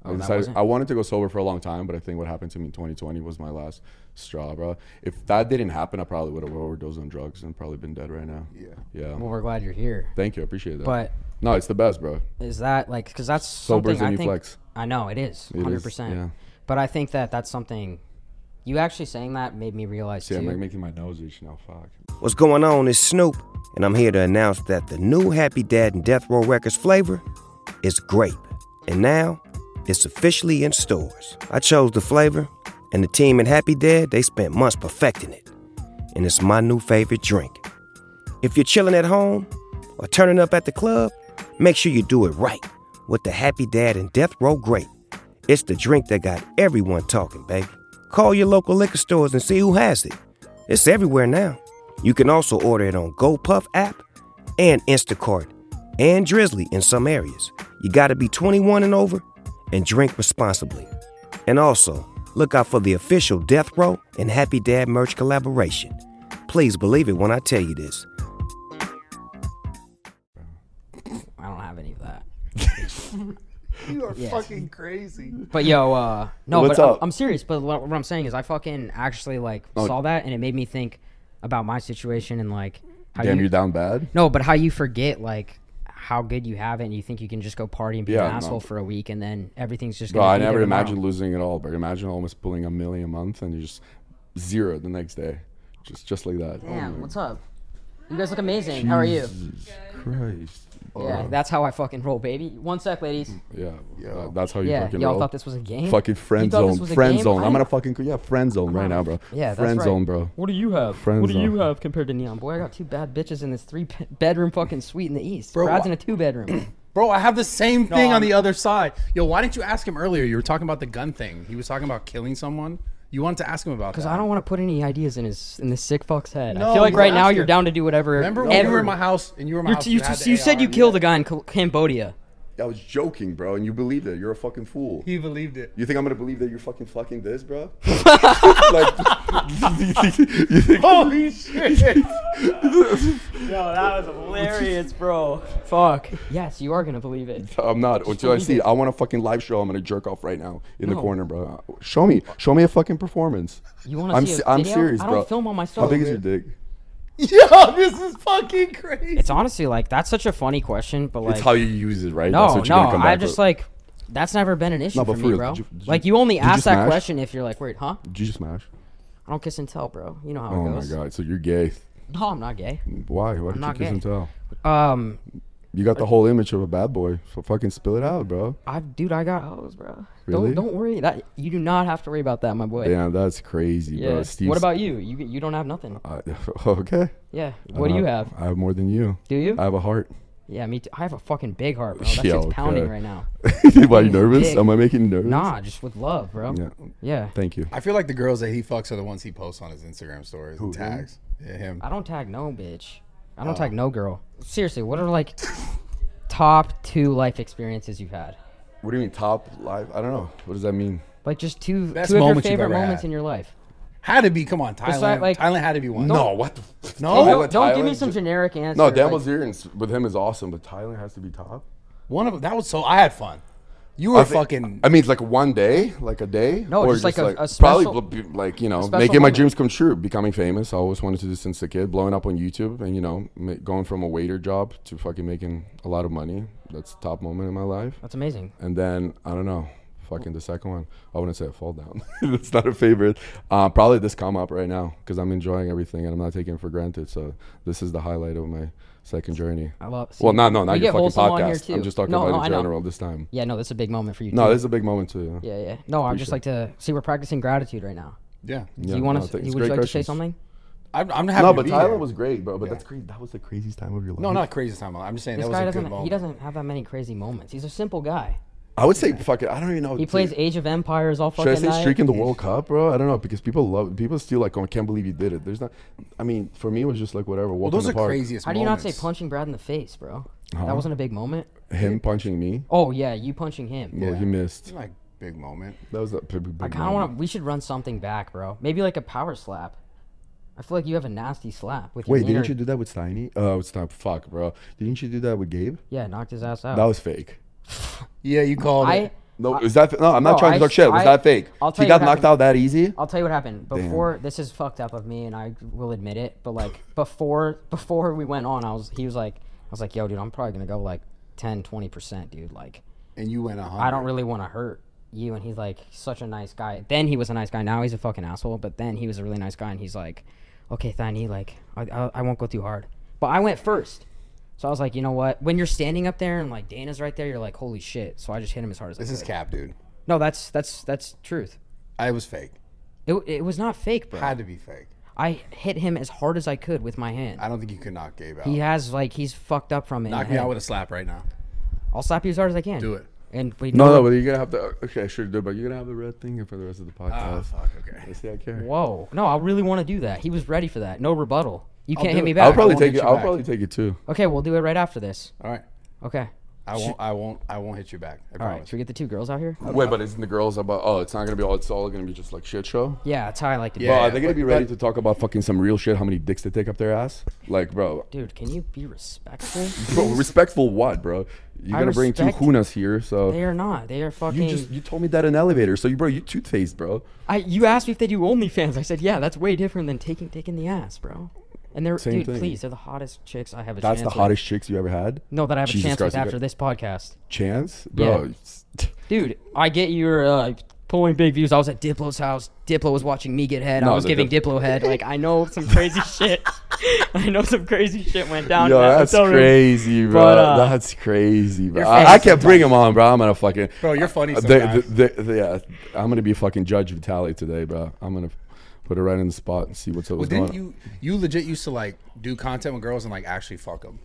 B: Oh,
D: I
B: that
D: decided
B: wasn't-
D: I wanted to go sober for a long time, but I think what happened to me in 2020 was my last straw, bro. If that didn't happen, I probably would have overdosed on drugs and probably been dead right now. Yeah. Yeah.
B: Well, we're glad you're here.
D: Thank you. I appreciate that.
B: But
D: no, it's the best, bro.
B: is that like because that's
D: Sober's
B: something I
D: the new
B: think
D: flex.
B: I know it is
D: is,
B: 100. percent
D: yeah.
B: But I think that that's something you actually saying that made me realize
D: See,
B: too.
D: I'm like making my nose itch now. Fuck.
F: What's going on? It's Snoop, and I'm here to announce that the new Happy Dad and Death Row Records flavor is grape. And now it's officially in stores. I chose the flavor, and the team at Happy Dad, they spent months perfecting it. And it's my new favorite drink. If you're chilling at home or turning up at the club, make sure you do it right with the Happy Dad and Death Row Grape. It's the drink that got everyone talking, baby. Call your local liquor stores and see who has it. It's everywhere now. You can also order it on GoPuff app and Instacart and Drizzly in some areas. You gotta be 21 and over and drink responsibly. And also, look out for the official Death Row and Happy Dad merch collaboration. Please believe it when I tell you this.
B: I don't have any of that.
E: You are
B: Yes.
E: fucking crazy.
B: But yo, uh, no,
D: What's
B: but I'm-
D: up? Oh.
B: I'm serious. But what what I'm saying is, I fucking actually like saw that, and it made me think about my situation and like how
D: Damn,
B: you,
D: you're down bad.
B: no, but how you forget like how good you have it, and you think you can just go party and be
D: Yeah,
B: an
D: no.
B: asshole for a week, and then everything's just.
D: Bro,
B: gonna
D: I
B: be there
D: never
B: tomorrow.
D: imagined losing it all, but imagine almost pulling a million a month and you just zero the next day. Just just like that. Oh
B: Damn, what's up? You guys look amazing. How are you?
D: Christ.
B: Yeah, that's how I fucking roll, baby. One sec, ladies.
D: Yeah. that- that's how you
B: Yeah,
D: fucking
B: y'all
D: roll.
B: thought this was a game.
D: fucking
B: You
D: friend
B: thought this
D: zone.
B: was a
D: Friend
B: game?
D: zone.
B: I-
D: I'm gonna fucking yeah, friend zone right now, bro.
B: Yeah, that's
D: friend
B: right.
D: zone, bro.
B: What do you have?
D: Friend
B: what do you
D: zone.
B: have compared to Neon Boy? I got two bad bitches in this three pe- bedroom fucking suite in the east.
C: Bro,
B: Brad's
C: wha-
B: in a two bedroom.
C: Bro, I have the same thing on
E: I'm-
C: the other side. Yo, why didn't you ask him earlier? You were talking about the gun thing. He was talking about killing someone. You wanted to ask him about
B: Because
C: that.
B: I don't want to put any ideas in his in this sick fuck's head. I
C: No,
B: feel like
C: you
B: right now
C: asked
B: you're
C: him.
B: down to do whatever.
C: Remember when
B: ever.
C: you were in my house and you were in my
B: You're
C: house?
B: t- you
C: and had
B: t-
C: the
B: you said you
C: AR?
B: killed a guy in Col- Cambodia.
D: I was joking, bro, and you believed it. You're a fucking fool.
E: He believed it.
D: You think I'm gonna believe that you're fucking fucking this, bro? like, you think,
C: Oh,
E: Holy shit. Yo, that was hilarious, bro. Fuck.
B: Yes, you are gonna believe it.
D: I'm not. Until I
B: believe
D: see,
B: it.
D: I want a fucking live show. I'm gonna jerk off right now in the
B: No.
D: corner, bro. Show me, show me a fucking performance.
B: You wanna
D: I'm
B: see a
D: se- I'm
B: video?
D: serious,
B: I
D: bro.
B: don't film on my
D: How
B: phone,
D: big is your
B: dude.
D: dick?
E: Yo, this is fucking crazy.
B: It's honestly like that's such a funny question, but like
D: it's how you use it, right?
B: no,
D: you're
B: no, I just
D: with.
B: like that's never been an issue
D: No,
B: for
D: but
B: me,
D: for real,
B: bro.
D: did you- did
B: like
D: you-
B: you only
D: did you
B: ask that
D: smash?
B: question if you're like, wait, huh?
D: Did you just smash?
B: I don't kiss and tell, bro. You know how
D: Oh
B: it
D: my
B: goes.
D: god! Mm. So you're gay?
B: No, I'm not gay.
D: Why? Why did you
B: not
D: kiss
B: gay.
D: and tell?
B: Um,
D: You got the whole image of a bad boy. So fucking spill it out, bro.
B: I dude, I got hoes, bro.
D: Really?
B: Don't don't worry. That you do not have to worry about that, my boy.
D: Damn, that's crazy,
B: Yeah.
D: bro. Steve. Uh,
B: what about you? You you don't have nothing.
D: I, okay.
B: Yeah. What do
D: Uh,
B: you have?
D: I have more than you.
B: Do you?
D: I have a heart.
B: yeah, me too. I have a fucking big heart, bro. That
D: Yeah,
B: shit's pounding
D: okay.
B: right now.
D: Why are you nervous?
B: dick.
D: Am I making you nervous?
B: Nah, just with love, bro.
D: Yeah.
B: Yeah.
D: Thank you.
C: I feel like the girls that he fucks are the ones he posts on his Instagram stories and tags. Yeah, him.
B: I don't tag no bitch. I
C: Oh.
B: don't tag no girl. Seriously, what are like top two life experiences you've had?
D: What do you mean top live? I don't know. What does that mean?
B: Like just two
C: Best
B: two of your
C: moments you've
B: favorite
C: ever
B: moments
C: had.
B: in your life.
C: Had to be. Come on, Thailand.
B: Besides, like-
C: Thailand had to be one.
D: No, Oh, what? The f-
C: No?
D: Thailand-
B: Don't, don't give me
D: Thailand
B: some
D: ju-
B: generic answer.
D: No, Dan
B: like-
D: Bilzerian's with him is awesome, but Thailand has to be top.
C: one of them. That was so. I had fun. You were
D: I think-
C: fucking.
D: I mean, it's like one day, like a day.
B: No, just like a- a special-
D: probably bl- be- like you know,
B: special
D: making my
B: moment.
D: dreams come true, becoming famous. I always wanted to do this since a kid. Blowing up on YouTube, and you know, ma- going from a waiter job to fucking making a lot of money. That's the top moment in my life.
B: That's amazing.
D: And then I don't know, fucking the second one. I wouldn't say a fall down. That's not a favorite. Uh, probably this come up right now because I'm enjoying everything and I'm not taking it for granted. So this is the highlight of my second journey.
B: I love. see,
D: well, not no, not
B: we get
D: your fucking
B: wholesome on here,
D: podcast. I'm
B: too.
D: just talking
B: No,
D: about
B: no, I
D: in
B: know.
D: general this time.
B: Yeah, no, that's a big moment for you.
D: No,
B: too.
D: this is a big moment too.
B: Yeah, yeah. No, I'd just like to see we're practicing gratitude right now.
C: yeah.
B: Do you want
D: no, I
B: to? Would
D: think
B: you
D: it's
B: like to say
D: great questions.
B: something?
C: I'm, I'm happy.
D: No,
C: to
D: but
C: be
D: Thailand
C: here.
D: was great, bro. But that's crazy. That was the craziest time of your life.
C: No, not craziest time. of my life. I'm just saying
B: This
C: that was
B: guy
C: a good
B: doesn't.
C: moment.
B: He doesn't have that many crazy moments. He's a simple guy.
D: I would say fucking. I don't even know.
B: He plays Age of Empires all
D: Should I
B: fucking
D: say
B: night.
D: streak in the World Cup, bro? I don't know because people love people still like. Oh, I can't believe you did it. There's not. I mean, for me, it was just like whatever.
C: Well,
D: Walk in
C: those
D: the
C: are
D: park.
C: craziest.
B: How do you not
C: moments.
B: say punching Brad in the face, bro?
D: Uh-huh.
B: That wasn't a big moment.
D: Him punching me.
B: Oh yeah, you punching him.
D: Well, he missed.
C: Like big moment.
D: That was that. Big, big
B: I kind of want to. We should run something back, bro. Maybe like a power slap. I feel like you have a nasty slap with your.
D: Wait, didn't
B: inner-
D: you do that with Steiny? Oh, it's not. Fuck, bro. Didn't you do that with Gabe?
B: Yeah, knocked his ass out.
D: That was fake.
C: Yeah, you called
B: I.
C: it.
D: No, is that? No, I'm not
B: bro,
D: trying to
B: I
D: talk
B: s-
D: shit. Was
B: I-
D: that fake?
B: I'll
D: he
B: tell you
D: got
B: what
D: knocked
B: happened.
D: out that easy.
B: I'll tell you what happened before. This is fucked up of me, and I will admit it. But like before, before we went on, I was he was like, I was like, yo, dude, I'm probably gonna go like 10, 20 percent, dude. Like,
C: And you went a hundred.
B: I don't really want to hurt you. And he's like, such a nice guy. Then he was a nice guy. Now he's a fucking asshole. But then he was a really nice guy, and he's like, okay, Thani, like, I, I, I won't go too hard. But I went first. So I was like, you know what? When you're standing up there and like Dana's right there, you're like, holy shit. So I just hit him as hard as I
C: This
B: could.
C: is cap, dude.
B: no, that's that's that's truth.
C: I was fake.
B: It, it was not fake, bro.
C: Had to be fake.
B: I hit him as hard as I could with my hand.
C: I don't think you could knock Gabe out.
B: He has like he's fucked up from it. in
C: knock
B: the
C: me
B: head.
C: out with a slap right now.
B: I'll slap you as hard as I can.
C: Do it.
B: And we
D: No,
B: know
D: no,
B: what-
D: but you're gonna have to. Okay, sure, do, but you're gonna have the red thing for the rest of the
B: Ah,
D: podcast.
C: Ah, Fuck. Okay.
D: See, I care.
B: Whoa, no, I really want to do that. He was ready for that. No rebuttal. You can't
C: do
B: hit me
C: it.
B: back.
D: I'll probably
C: won't
D: take
C: hit
D: it.
C: you
D: I'll
C: back.
D: probably take it too.
B: okay, we'll do it right after this.
C: All right.
B: Okay.
C: I won't. I won't. I won't hit you back. I
B: All
C: promise.
B: right, should we get the two girls out here?
D: Wait, but isn't the girls about? Oh, it's not gonna be all. It's all gonna be just like shit show.
B: Yeah, that's how I like to. do
D: Bro,
B: it.
D: are they gonna
C: but-
D: be ready
C: but-
D: to talk about fucking some real shit? How many dicks they take up their ass? Like, bro,
B: Dude, can you be respectful?
D: bro respectful what, bro? You're
B: I
D: gonna bring two
B: respect-
D: hunas here, so
B: They are not. They are fucking.
D: you just you told me that in elevator. So you, bro, you toothpaste, bro.
B: I you asked me if they do OnlyFans. I said, yeah, that's way different than taking taking the ass, bro. And they're
D: Same
B: dude,
D: thing.
B: please, they're the hottest chicks I have a
D: That's
B: chance.
D: the
B: with.
D: hottest chicks you ever had.
B: No, that I have
D: Jesus
B: a chance
D: Christ,
B: with
D: you got-
B: after this podcast,
D: Chance, bro.
B: dude. I get your uh, pulling big views. I was at Diplo's house. Diplo was watching me get head.
D: No,
B: I was
D: the
B: giving
D: Dip-
B: Diplo head. Like I know some crazy shit. I know some crazy shit went down.
D: Yo,
B: in that
D: that's
B: hotel room.
D: crazy, bro.
B: But, uh,
D: that's crazy, bro.
B: you're
D: I, I
B: funny
D: can't bring him on, bro. I'm gonna fucking.
C: Bro, you're funny
D: Uh, they-
C: sometimes.
D: they- they- yeah, I'm gonna be fucking Judge Vitale today, bro. I'm gonna put it right in the spot and see what's
C: But
D: what's going
C: didn't
D: on.
C: you? You legit used to like do content with girls and like actually fuck them.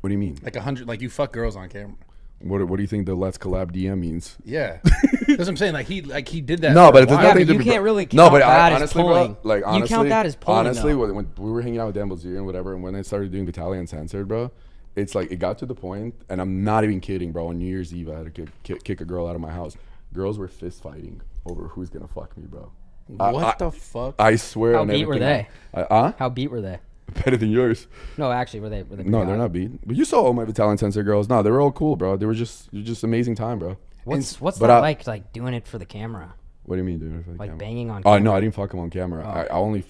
D: What do you mean?
C: Like a hundred. Like you fuck girls on camera.
D: What What do you think the Let's Collab DM means?
C: Yeah. That's what I'm saying. Like he. Like he did that.
D: No,
C: for a
D: but there's
C: while.
B: Yeah,
D: nothing
B: but
D: to
B: you
D: be-
B: can't really
D: no,
B: count
D: but I,
B: that as
D: honestly,
B: pulling.
D: bro, like
B: You
D: honestly,
B: count that as pulling,
D: honestly,
B: though.
D: when, when we were hanging out with Dan Bilzerian and whatever, and when I started doing Vitaly Uncensored, bro, it's like it got to the point, and I'm not even kidding, bro. On New Year's Eve, I had to kick, kick, kick a girl out of my house. Girls were fist fighting over who's gonna fuck me, bro. I-
C: What
D: I-
C: the fuck?
D: I swear.
B: How
D: on
B: beat were
D: everything. I, uh,
B: How beat were they?
D: better than yours.
B: No, actually, were they? Were they
D: No,
B: pretty
D: they're
B: hot?
D: not beat. But you saw all my Vitaly Uncensored girls. No, they were all cool, bro. They were just, it was just amazing time, bro.
B: What's what's
D: but
B: that
D: I-
B: like? Like doing it for the camera,
D: What do you mean, dude? For the
B: like
D: camera?
B: banging on.
D: Oh
B: camera?
D: no, I didn't fuck him on camera.
C: Oh.
D: I, I only,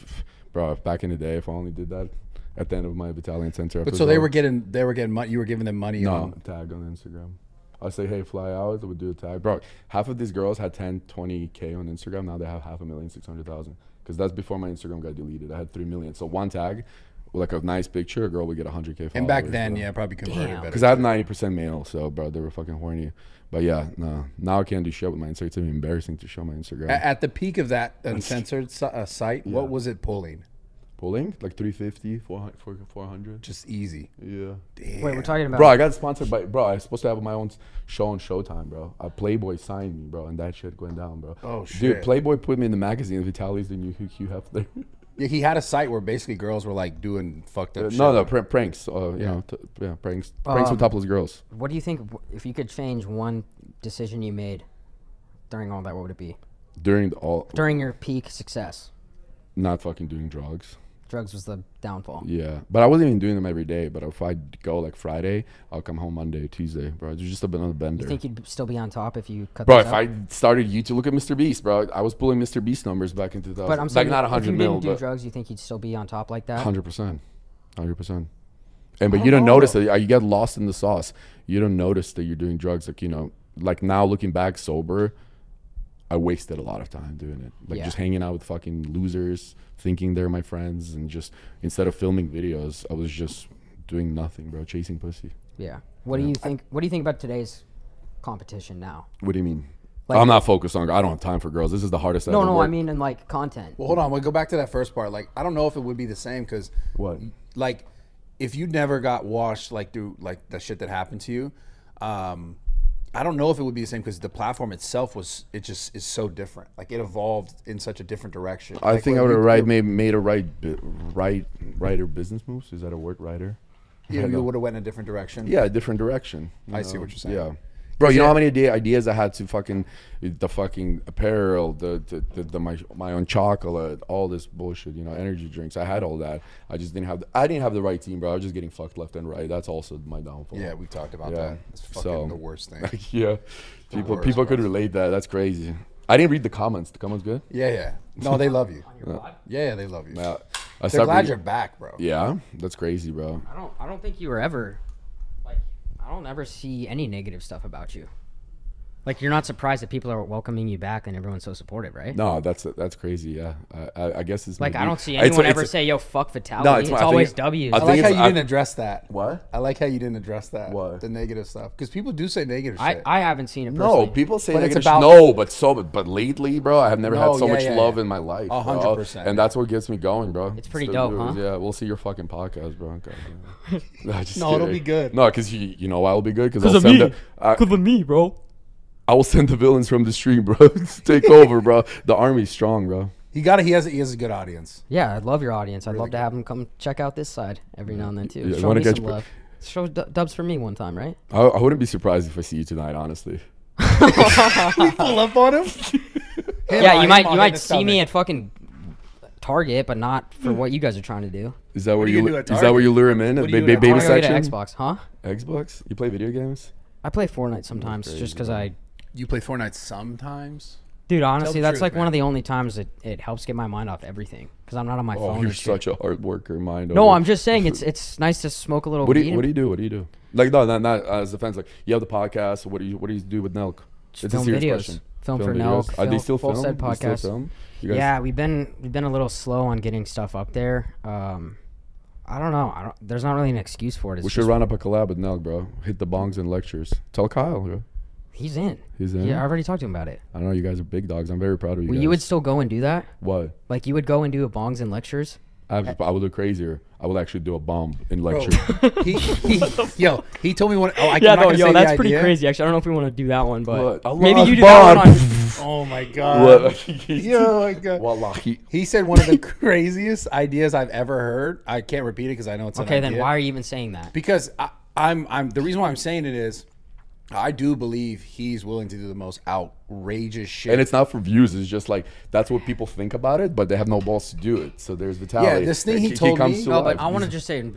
D: bro, if back in the day, if I only did that at the end of my battalion center.
C: But so they were getting. They were getting money. You were giving them money.
D: no
C: um,
D: tag on Instagram. I say, hey, fly out. I would do a tag, bro. Half of these girls had 10, 20 k on Instagram. Now they have half a million, six hundred thousand. Because that's before my Instagram got deleted. I had three million. So one tag, like a nice picture, a girl would get hundred k.
C: And back then, yeah, probably converted
B: Damn.
C: better.
D: Because I have ninety percent male, so bro, they were fucking horny. But yeah, no, now I can't do shit with my Instagram. It's even embarrassing to show my Instagram.
C: A- At the peak of that uncensored si- uh, site, what was it pulling?
D: Pulling like 350, 400, 400.
C: Just easy.
D: Yeah.
B: Wait, we're talking about.
D: Bro, I got sponsored by bro. I was supposed to have my own s- show on Showtime, bro. A Playboy signed me, bro, and that shit went down, bro.
C: Oh,
D: Dude,
C: shit.
D: Playboy put me in the magazine. Vitaly's the new Hugh- Hugh Hefner.
C: Yeah, he had a site where basically girls were like doing fucked up. shit.
D: Uh,
C: Um,
D: no, no, pr- pranks. Uh, you know, t- yeah, pranks. Pranks with topless girls.
B: What do you think w- if you could change one decision you made during all that? What would it be?
D: During the all,
B: During your peak success,
D: not fucking doing drugs.
B: drugs was the downfall.
D: Yeah, but I wasn't even doing them every day. But if I go like Friday, I'll come home Monday, Tuesday, bro. It's just a bit on the bender.
B: You think you'd b- still be on top if you cut?
D: Bro,
B: this
D: if
B: out?
D: I started YouTube, look at Mr. Beast, bro. I was pulling Mr. Beast numbers back in 2000.
B: but I'm
D: like
B: saying
D: not
B: if
D: 100
B: you
D: mil,
B: didn't do
D: but
B: drugs, you think you'd still be on top like that?
D: Hundred percent, hundred percent. And but you don't notice that uh, you get lost in the sauce. You don't notice that you're doing drugs. Like you know, like now looking back sober, I wasted a lot of time doing it. Like
B: Yeah.
D: just hanging out with fucking losers, thinking they're my friends, and just instead of filming videos, I was just doing nothing, bro, chasing pussy.
B: Yeah. What do you think? What do you think about today's competition now?
D: What do you mean?
B: Like-
D: I'm not focused on. I don't have time for girls. This is the hardest.
B: No,
D: ever
B: no, I
D: worked.
B: mean in like content.
C: Well, hold on. We'll go back to that first part. Like, I don't know if it would be the same because
D: What?
C: Like, if you never got washed, like through like the shit that happened to you, um, I don't know if it would be the same because the platform itself was it just is so different. Like, it evolved in such a different direction.
D: I
C: Like,
D: think I
C: when
D: would have
C: you-
D: right made made a right bi- right writer business moves. Is that a word? Writer.
C: You, you would have went in a different direction.
D: Yeah, a different direction. you
C: I see what you're saying.
D: Yeah. Bro, you know how many idea, ideas I had to fucking the fucking apparel, the the, the, the my, my own chocolate, all this bullshit, you know, energy drinks. I had all that. I just didn't have the, I didn't have the right team, bro. I was just getting fucked left and right. That's also my downfall.
C: Yeah, we talked about
D: Yeah.
C: that. It's fucking
D: So-
C: the worst thing.
D: yeah. People
C: worst,
D: people could relate that. That's crazy. I didn't read the comments. The comments good?
C: Yeah, yeah. No, they love you. Yeah, yeah, they love you.
D: Yeah. I
C: They're
D: stopped
C: glad
D: reading-
C: you're back, bro.
D: Yeah, that's crazy, bro.
B: I don't. I don't think you were ever like. I don't ever see any negative stuff about you. Like you're not surprised that people are welcoming you back and everyone's so supportive, right?
D: No, that's that's crazy. Yeah, I, I, I guess it's
B: Like I
D: maybe-
B: don't see
D: it's-
B: anyone
D: it's-
B: ever say, "Yo, fuck Vitality."
D: No, it's
B: it's
D: my- I think-
B: always W's.
D: I
C: I,
D: think
C: like how
D: it's-
C: you
D: I-
C: didn't address that.
D: What?
C: I like how you didn't address that.
D: What?
C: The negative stuff. Because people do say negative
B: I,
C: shit.
B: I haven't seen it. Personally.
D: No, people say
C: But it's
D: negative. sh-
C: about-
D: no, but so but, but lately, bro, I have never
C: No,
D: had so
C: yeah,
D: much
C: yeah,
D: love
C: yeah.
D: in my life.
C: A hundred
D: bro.
C: percent,
D: And
C: yeah.
D: that's what gets me going, bro.
B: It's pretty
D: the
B: dope,
D: views.
B: huh?
D: Yeah, we'll see your fucking podcast, bro. God damn. no, just
C: No, it'll
D: kidding.
C: be good.
D: No, because you you know why it'll be good because I'll send the, I,
B: of me, bro.
D: I will send the villains from the stream, bro. to Take over, bro. The army's strong, bro.
C: he got. A, he has. A, he has a good audience.
B: Yeah, I love your audience. I'd love to have them come check out this side every now and then too.
D: Yeah,
B: Show
D: wanna
B: me some
D: catch-
B: love. show d- dubs for me one time, right?
D: I, I wouldn't be surprised if I see you tonight, honestly.
C: Pull up on him. Him
B: yeah,
C: on-
B: you
C: him
B: might
C: on
B: you
C: in
B: might
C: the
B: see me
C: stomach.
B: at fucking Target, but not for
D: Hmm.
B: what you guys are trying to do.
D: Is that where
C: do you
D: you,
C: do
D: lu-
C: at
D: is that where you lure him in? At
C: do you
D: ba-
C: do
D: ba-
C: at
D: baby
B: I get
D: section?
B: an Oh, Xbox, huh?
D: Xbox? You play video games?
B: I play Fortnite sometimes just because I.
C: You play Fortnite sometimes.
B: Dude, honestly,
C: the
B: that's
C: truth,
B: like one
C: man.
B: of the only times it, it helps get my mind off everything because I'm not on my
D: Oh,
B: phone.
D: you're
B: and shit.
D: such a hard worker, mind.
B: No,
D: over.
B: I'm just saying it's it's nice to smoke a little
D: What do
B: weed
D: you
B: and
D: What do you do? What do you do? Like no, not not as a fans. Like you have the podcast. What do you What do you do with Nelk? It's
B: film videos. Film for Nelk,
D: Are they
B: film-
D: Uh, still
B: full
D: film?
B: set
D: They still
B: podcast.
D: film? You guys-
B: yeah, we've been we've been a little slow on getting stuff up there. Um, I don't know. I don't, there's not really an excuse for it. It's
D: We should
B: just-
D: run up a collab with Nelk, bro. Hit the bongs and lectures. Tell Kyle, bro.
B: he's in.
D: He's in?
B: Yeah, I already talked to him about it.
D: I know you guys are big dogs. I'm very proud of you.
B: Well,
D: guys.
B: you would still go and do that?
D: what?
B: Like you would go and do a bongs and lectures?
D: I, was- I would do crazier. I would actually do a bomb in lecture.
C: he, he, yo, he told me one. Oh, I,
E: Yeah,
C: I'm not
E: no,
C: gonna
E: yo,
C: say
E: that's
C: the
E: pretty
C: idea.
E: crazy. Actually, I don't know if we want to do that one, but
D: What?
E: maybe
D: Allah
E: you do that one.
D: Akbar.
E: On,
C: Oh my god. Yo, my god.
D: Wallahi.
C: He said one of the craziest ideas I've ever heard. I can't repeat it because I know it's an
B: Okay, then
C: idea.
B: why are you even saying that?
C: Because I, I'm, I'm the reason why I'm saying it is, I do believe he's willing to do the most outrageous shit.
D: And it's not for views. It's just like that's what people think about it, but they have no balls to do it. So there's Vitaly.
C: this thing he
D: Like,
C: told
D: comes
C: me-
D: to
C: No,
B: But
D: life.
B: I want to just say,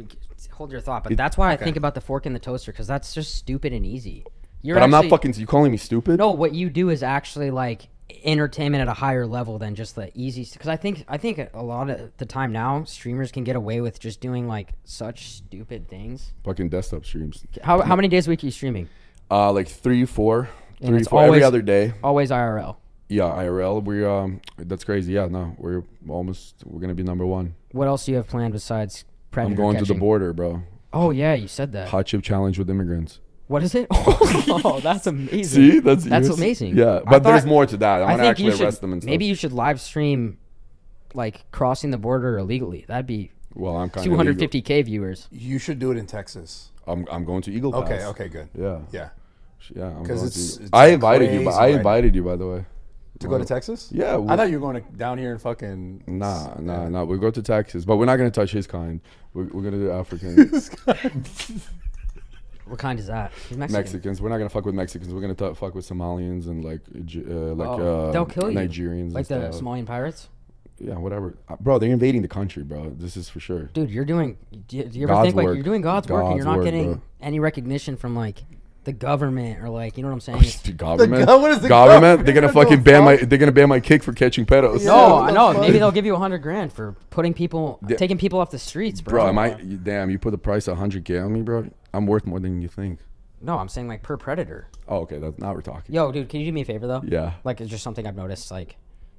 B: hold your thought. But that's why I think about the fork in the toaster because that's just stupid and easy. You're
D: But I'm not
B: actually-
D: fucking. You calling me stupid?
B: No, what you do is actually like entertainment at a higher level than just the easy. Because I think I think a lot of the time now streamers can get away with just doing like such stupid things.
D: Fucking desktop streams.
B: How, how many days a week are you streaming?
D: Uh, like three, four,
B: And
D: three,
B: it's
D: four
B: always-
D: every other day.
B: Always IRL.
D: Yeah, IRL. We um, that's crazy. Yeah, no, we're almost. We're gonna be number one.
B: What else do you have planned besides? Predator
D: I'm going to
B: catching?
D: the border, bro.
B: Oh yeah, you said that.
D: Hot chip challenge with immigrants.
B: What is it?
E: oh, that's amazing.
D: See, that's
B: That's
D: yours?
B: amazing.
D: Yeah,
B: I
D: but there's
B: thought-
D: more to that. I'm
B: I think
D: gonna
B: you
D: actually
B: should.
D: arrest them and stuff.
B: Maybe you should live stream, like crossing the border illegally. That'd be
D: Well, I'm kind of
B: 250k viewers.
C: you should do it in Texas.
D: I'm, I'm going to Eagle Pass.
C: Okay, okay, good.
D: Yeah.
C: Yeah.
D: Yeah. I'm
C: 'Cause
D: going
C: it's-
D: to-
C: it's
D: I invited you,
C: crazy
D: but I
C: right
D: invited you by the way.
C: To go to Texas?
D: Yeah, we-
C: I thought you were going to down here and fucking.
D: Nah, nah, nah. We'll go to Texas, but we're not gonna touch his kind. We're, we're gonna do African
B: What kind is that? He's Mexican.
D: Mexicans. We're not gonna fuck with Mexicans. We're gonna t- fuck with Somalians and like Eg- uh, like uh,
B: Oh, They'll kill you.
D: Nigerians
B: like
D: and
B: the
D: stuff.
B: Somalian pirates.
D: yeah, whatever, Uh, bro. They're invading the country, bro. This is for sure.
B: Dude, you're doing. Do you, do you ever
D: God's
B: think like
D: work.
B: you're doing God's, work and
D: God's
B: you're not
D: work,
B: getting
D: bro.
B: any recognition from like the government or like you know what I'm saying? It's-
D: The government,
C: gov- what is the
D: government.
C: government
D: They're gonna
C: gonna
D: fucking
C: do,
D: ban
C: bro?
D: my. They're gonna ban my kick for catching pedos.
B: no, Oh,
C: what
B: I
C: the
B: know.
C: fuck?
B: Maybe they'll give you a hundred grand for putting people, taking people off the streets, bro.
D: bro. Am I? you- Damn, you put the price of 100k on me, bro. I'm worth more than you think.
B: No, I'm saying like per predator.
D: Oh, okay. That's now we're talking.
B: Yo, dude, can you do me a favor though?
D: Yeah.
B: Like it's just something I've noticed. Like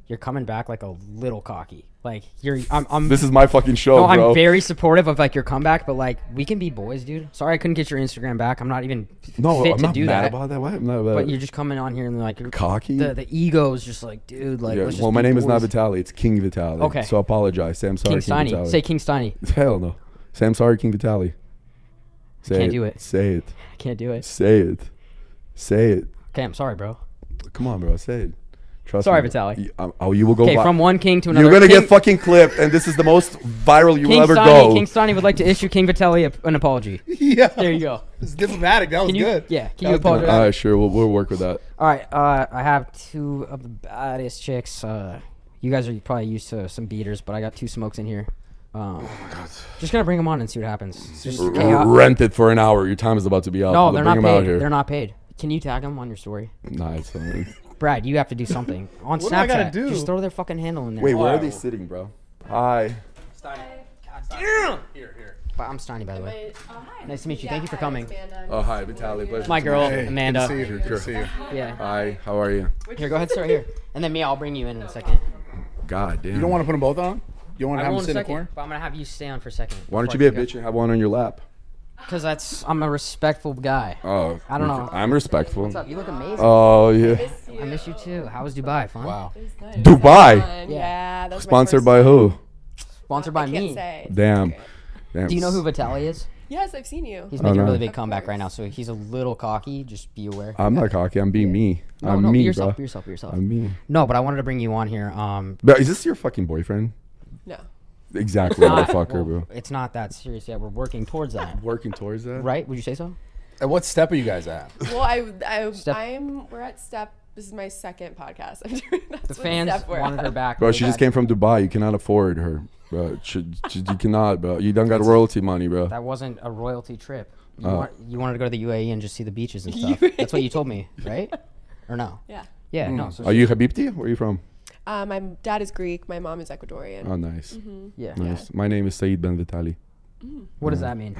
B: you're coming back like a little cocky. Like you're. I'm. I'm
D: This is my fucking show,
B: no,
D: bro.
B: I'm very supportive of like your comeback, but like we can be boys, dude. Sorry I couldn't get your Instagram back. I'm not even
D: no,
B: fit
D: I'm
B: to
D: not
B: do
D: mad
B: that.
D: about that. Why? I'm not about
B: But you're just coming on here and like you're
D: Cocky?
B: The, the ego is just like, dude, like.
D: Yeah,
B: let's just
D: well, my
B: be
D: name is not
B: boys.
D: Vitali. It's King Vitali.
B: Okay.
D: So I apologize. Sam,
B: King
D: sorry, King,
B: Steiny.
D: Vitali.
B: Say King Steiny.
D: Hell no. Sam, sorry, King Vitali. Say
B: Can't do it.
D: Say it.
B: I can't do it.
D: Say it. Say it.
B: Okay, I'm sorry, bro.
D: Come on, bro. Say it. Trust
B: Sorry,
D: me.
B: Vitali.
D: Y- um, Oh, you will go.
B: Okay,
D: vi-
B: from one king to another.
D: You're gonna
B: king,
D: get fucking clipped, and this is the most viral you
B: King
D: will ever
B: Steiny,
D: go.
B: King Steiny would like to issue King Vitelli a, an apology.
C: Yeah.
B: There you go.
C: It's diplomatic. That was
B: Can you?
C: good.
B: Yeah. Can
C: That
B: you
C: was diplomatic.
B: apologize?
D: All right, sure. We'll, we'll work with that.
B: All right. Uh, I have two of the baddest chicks. Uh, you guys are probably used to some beaters, but I got two smokes in here.
D: Oh
B: Um, Just gonna bring them on and see what happens. Just
D: R-
B: chaos-
D: Rent it for an hour. Your time is about to be up.
B: uh, No,
D: I'll
B: they're
D: bring
B: not
D: 'em out
B: paid.
D: here.
B: They're not paid. Can you tag them on your story?
D: Nah, it's fine.
B: Brad, you have to do something on Snapchat.
C: do I gotta do?
B: Just throw their fucking handle in there. Oh,
D: Wait, where are they sitting, bro? Hi.
B: But I'm Steiny, by the way. Nice to meet you. Thank you for coming.
D: Oh, hi, Vitali. Pleasure.
B: My girl,
C: Hey,
B: Amanda.
C: Good to
D: Uh,
C: see you. Good to see you.
B: Yeah.
D: Hi. How are you?
B: Here, go ahead, start here. And then me, I'll bring you in in a second.
D: God damn.
C: You don't want to put them both on? You want to
B: I
C: have
B: will in a
C: them sit in the
B: second,
C: corner?
B: but I'm gonna have you stay on for a second.
D: Why don't you be a bitch and have one on your lap?
B: Because that's I'm a respectful guy.
D: Oh,
B: I don't know.
D: I'm respectful.
B: What's up? You look amazing.
D: Oh yeah.
B: I miss you too. How was Dubai? Fun.
C: Wow.
D: Dubai,
G: Yeah, that was my
D: sponsored
G: first
D: by
G: one.
D: who?
B: Sponsored by
G: I can't
B: me.
G: say.
D: Damn. Damn.
B: Do you know who Vitaly is?
G: Yes, I've seen you.
B: He's making
D: no.
B: a really big comeback right now, so he's a little cocky. Just be aware.
D: I'm not cocky. I'm being me.
B: no,
D: I'm
B: no,
D: me,
B: be yourself,
D: bro.
B: be yourself, be yourself.
D: I'm me.
B: No, but I wanted to bring you on here. Um,
D: But is this your fucking boyfriend?
G: No.
D: Exactly,
B: not-
D: motherfucker,
B: well,
D: bro.
B: It's not that serious yet. We're working towards that,
D: Working towards that.
B: right? Would you say so?
C: At what step are you guys at?
G: Well, I, I,
B: Step-
G: I'm. We're at step. This is my second podcast I'm doing. That's
B: The fans
G: Step we're
B: wanted
G: at.
B: her back.
D: Bro,
B: really
D: she just
B: bad.
D: came from Dubai. You cannot afford her, bro. She, she- you cannot, bro. You don't got royalty money, bro.
B: That wasn't a royalty trip. You,
D: Uh.
B: want, you wanted to go to the UAE and just see the beaches and stuff. That's what you told me, right? Or no?
G: Yeah.
B: Yeah, no. So
D: Are you Habibti? Where are you from?
G: Uh, my dad is Greek. My mom is Ecuadorian.
D: Oh, nice,
B: yeah.
D: nice. My name is Saeed Ben Vitali.
B: What does that mean?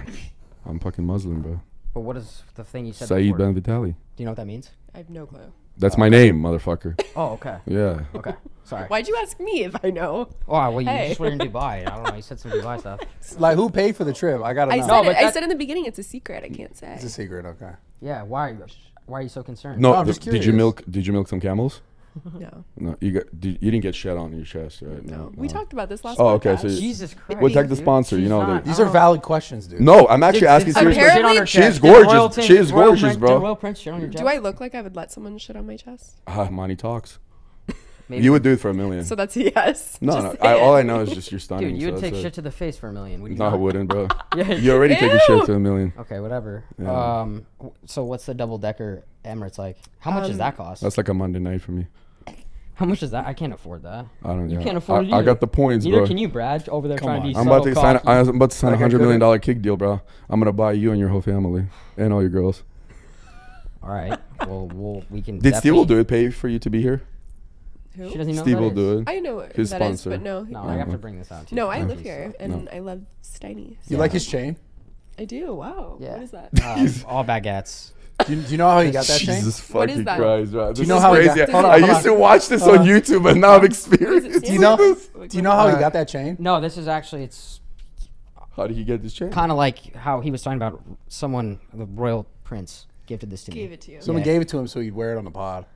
D: I'm fucking Muslim, bro.
B: But what is the thing you said?
D: Saeed
B: before?
D: Ben Vitali.
B: Do you know what that means?
G: I have no clue.
D: That's my name, motherfucker.
B: Oh, okay.
D: Yeah.
B: Uh, Okay. Sorry.
G: Why'd you ask me if I know?
B: Oh, well, you
G: Hey.
B: just were in Dubai. I don't know. You said some Dubai stuff.
C: Like, who paid for the trip? I gotta
G: I
C: know.
G: said
B: No, but
G: it, I
B: that-
G: said in the beginning it's a secret. I can't say.
C: It's a secret, okay.
B: Yeah. Why? Why are you so concerned?
D: No,
C: I'm
D: th-
C: just
D: did you
C: curious.
D: milk? Did you milk some camels?
G: no.
D: No, you got. Did, you didn't get shit on your chest, right? No.
G: We talked about this last.
D: Oh, okay,
G: podcast.
D: so you-
B: Jesus Christ.
D: We'll take the sponsor, you know,
B: that.
D: the-
C: These are valid questions, dude.
D: No, I'm actually asking seriously.
G: Apparently-
D: She's gorgeous. She is gorgeous, bro.
B: Royal Prince, shit on your
G: Do I look like I would let someone shit on my chest?
D: Ah, money talks.
B: Maybe.
D: You would do it for a million.
G: So that's a yes.
D: no, no.
G: Just
D: I,
G: say
D: all
G: it.
D: I know is just you're stunning.
B: Dude, you would
D: so
B: take
D: that's
B: shit
D: it.
B: to the face for a million, wouldn't you?
D: No, I
B: not?
D: wouldn't, bro.
B: Yeah.
D: You already take a shit
G: Ew.
D: to a million.
B: Okay, whatever. Um, w- so what's the double decker Emirates like? How much does that cost?
D: That's like a Monday night for me.
B: How much is that? I can't afford that.
D: I don't.
B: You
D: yeah.
B: can't afford
D: I,
B: it
D: I
B: either.
D: got the points,
B: Neither
D: bro.
B: can you, Brad, over there trying to be
D: I'm
B: so
D: about to sign.
B: cocky.
D: I was about to sign a
C: Like I
D: hundred
C: could've-
D: million dollar kick deal, bro. I'm gonna buy you and your whole family and all your girls.
B: All right. Well, we'll we can.
D: Did Steve will do it? Pay for you to be here?
B: She doesn't even know
D: Steve
B: who
D: will
B: that
D: do
B: is.
D: it.
G: I know what
D: His
G: that is,
D: sponsor.
G: but no,
B: No, I have to bring this out. to you.
G: no, I live
B: Please.
G: here and I love Steiny.
C: You like his chain?
G: I do. Wow.
B: Yeah.
G: What is that?
B: Um, all baguettes.
C: Do you, do you know how he got that chain?
D: Jesus
G: What is
D: fucking
G: that?
D: Christ, bro. This
C: know
D: is
C: how he
D: crazy.
C: got- Hold on,
D: I
C: hold
D: used
C: on.
D: to watch this on YouTube, and now I've experienced.
C: Do you know?
G: What is
C: Do you know how he got that chain?
B: No, this is actually it's
D: How did he get this chain?
B: kind of like how he was talking about someone, the royal prince, gifted this to me.
G: Gave it to you.
C: Someone gave it to him so he'd wear it on the pod.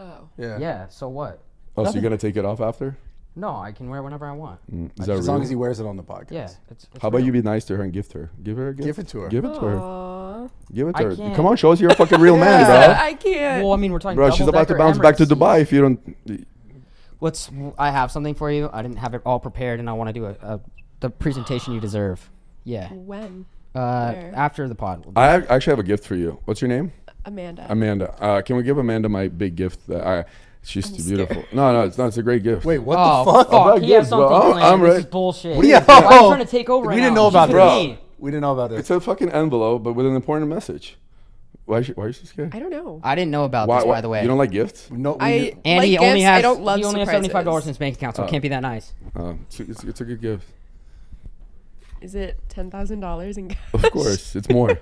G: oh.
C: Yeah.
B: Yeah. So what?
D: Oh, so you're gonna take it off after?
B: No, I can wear it whenever I want.
D: Is that
C: As
D: real?
C: long as he wears it on the podcast.
B: Yeah. It's, it's
D: Mm. How about
B: real.
D: you be nice to her and gift her? Give her a gift.
C: Give it to her.
D: Give it to her.
G: Aw.
D: Give it
B: I
D: to her.
B: can't.
D: Come on, show us you're a fucking real man, bro.
G: I can't.
B: Well, I mean, we're talking.
D: Bro, she's about to
B: double-decker
D: bounce back to
B: Emirates.
D: Dubai if you don't.
B: What's I have something for you. I didn't have it all prepared, and I want to do a, a the presentation you deserve. Yeah.
G: when?
B: Uh,
G: Where?
B: after the pod.
D: I ac- actually have a gift for you. What's your name?
G: Amanda.
D: Amanda. Uh, can we give Amanda my big gift? That I, she's too beautiful. No, no, it's not. It's a great gift.
C: Wait, what
B: Oh,
C: the fuck?
B: fuck.
D: about
B: He has
D: good,
B: something
D: bro? I'm-
B: planned.
D: I'm
B: this
D: re-
B: is bullshit.
C: Yo!
B: Why
D: Oh,
B: are you trying to take over
C: We
B: right
C: didn't
B: now?
C: know about
B: She's
C: this.
B: with me.
C: We didn't know about this.
D: It's a fucking envelope, but with an important message. Why? Is she, why is she scared?
G: I don't know.
B: I didn't know about this, by the way.
D: you don't like gifts?
C: no, we
G: I
C: knew-
B: and
G: like
B: he only
G: gifts,
B: has
G: I don't love
B: he only has
G: surprises.
B: seventy five dollars in his bank account, so it can't be that nice.
D: Uh, it's, it's, it's a good gift.
G: Is it ten thousand dollars in cash?
D: Of course, it's more.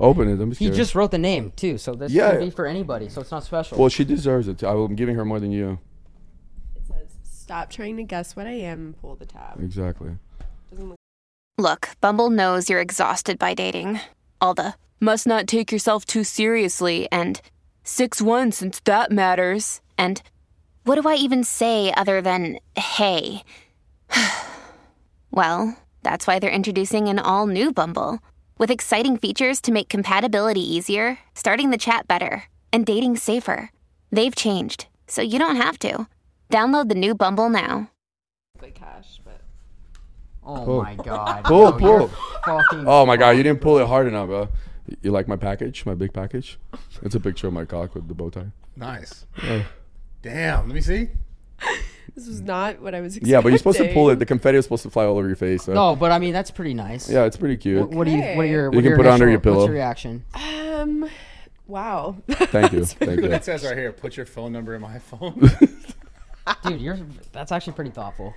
D: Open it. I'm
B: He
D: scared.
B: just wrote the name too, so this
D: Yeah.
B: could be for anybody. So it's not special.
D: Well, she deserves it. I will- I'm giving her more than you.
G: It says, "Stop trying to guess what I am. and Pull the tab."
D: Exactly.
G: Doesn't look-
H: Look, Bumble knows you're exhausted by dating. All the must not take yourself too seriously and 6 1 since that matters. And what do I even say other than hey? well, that's why they're introducing an all new Bumble with exciting features to make compatibility easier, starting the chat better, and dating safer. They've changed, so you don't have to. Download the new Bumble now.
G: like cash, but
B: oh
D: Pull.
B: my god.
D: Pull,
B: Yo, you're
D: pull.
B: Fucking
D: Oh my god, you didn't pull it hard enough, bro. Y- You like my package, my big package? It's a picture of my cock with the bow tie.
C: nice. Damn. Let me see.
G: this was not what I was expecting.
D: Yeah, but you're supposed to pull it. The confetti is supposed to fly all over your face. So.
B: No, but I mean that's pretty nice.
D: Yeah, it's pretty cute.
B: What, what do you? What are your? What
D: You
B: are
D: can
B: your
D: put it under
B: initial-
D: your
B: What's
D: pillow.
B: your reaction?
G: Um, wow.
D: Thank you. Thank you.
C: It says right here, put your phone number in my phone.
B: Dude, you're that's actually pretty thoughtful.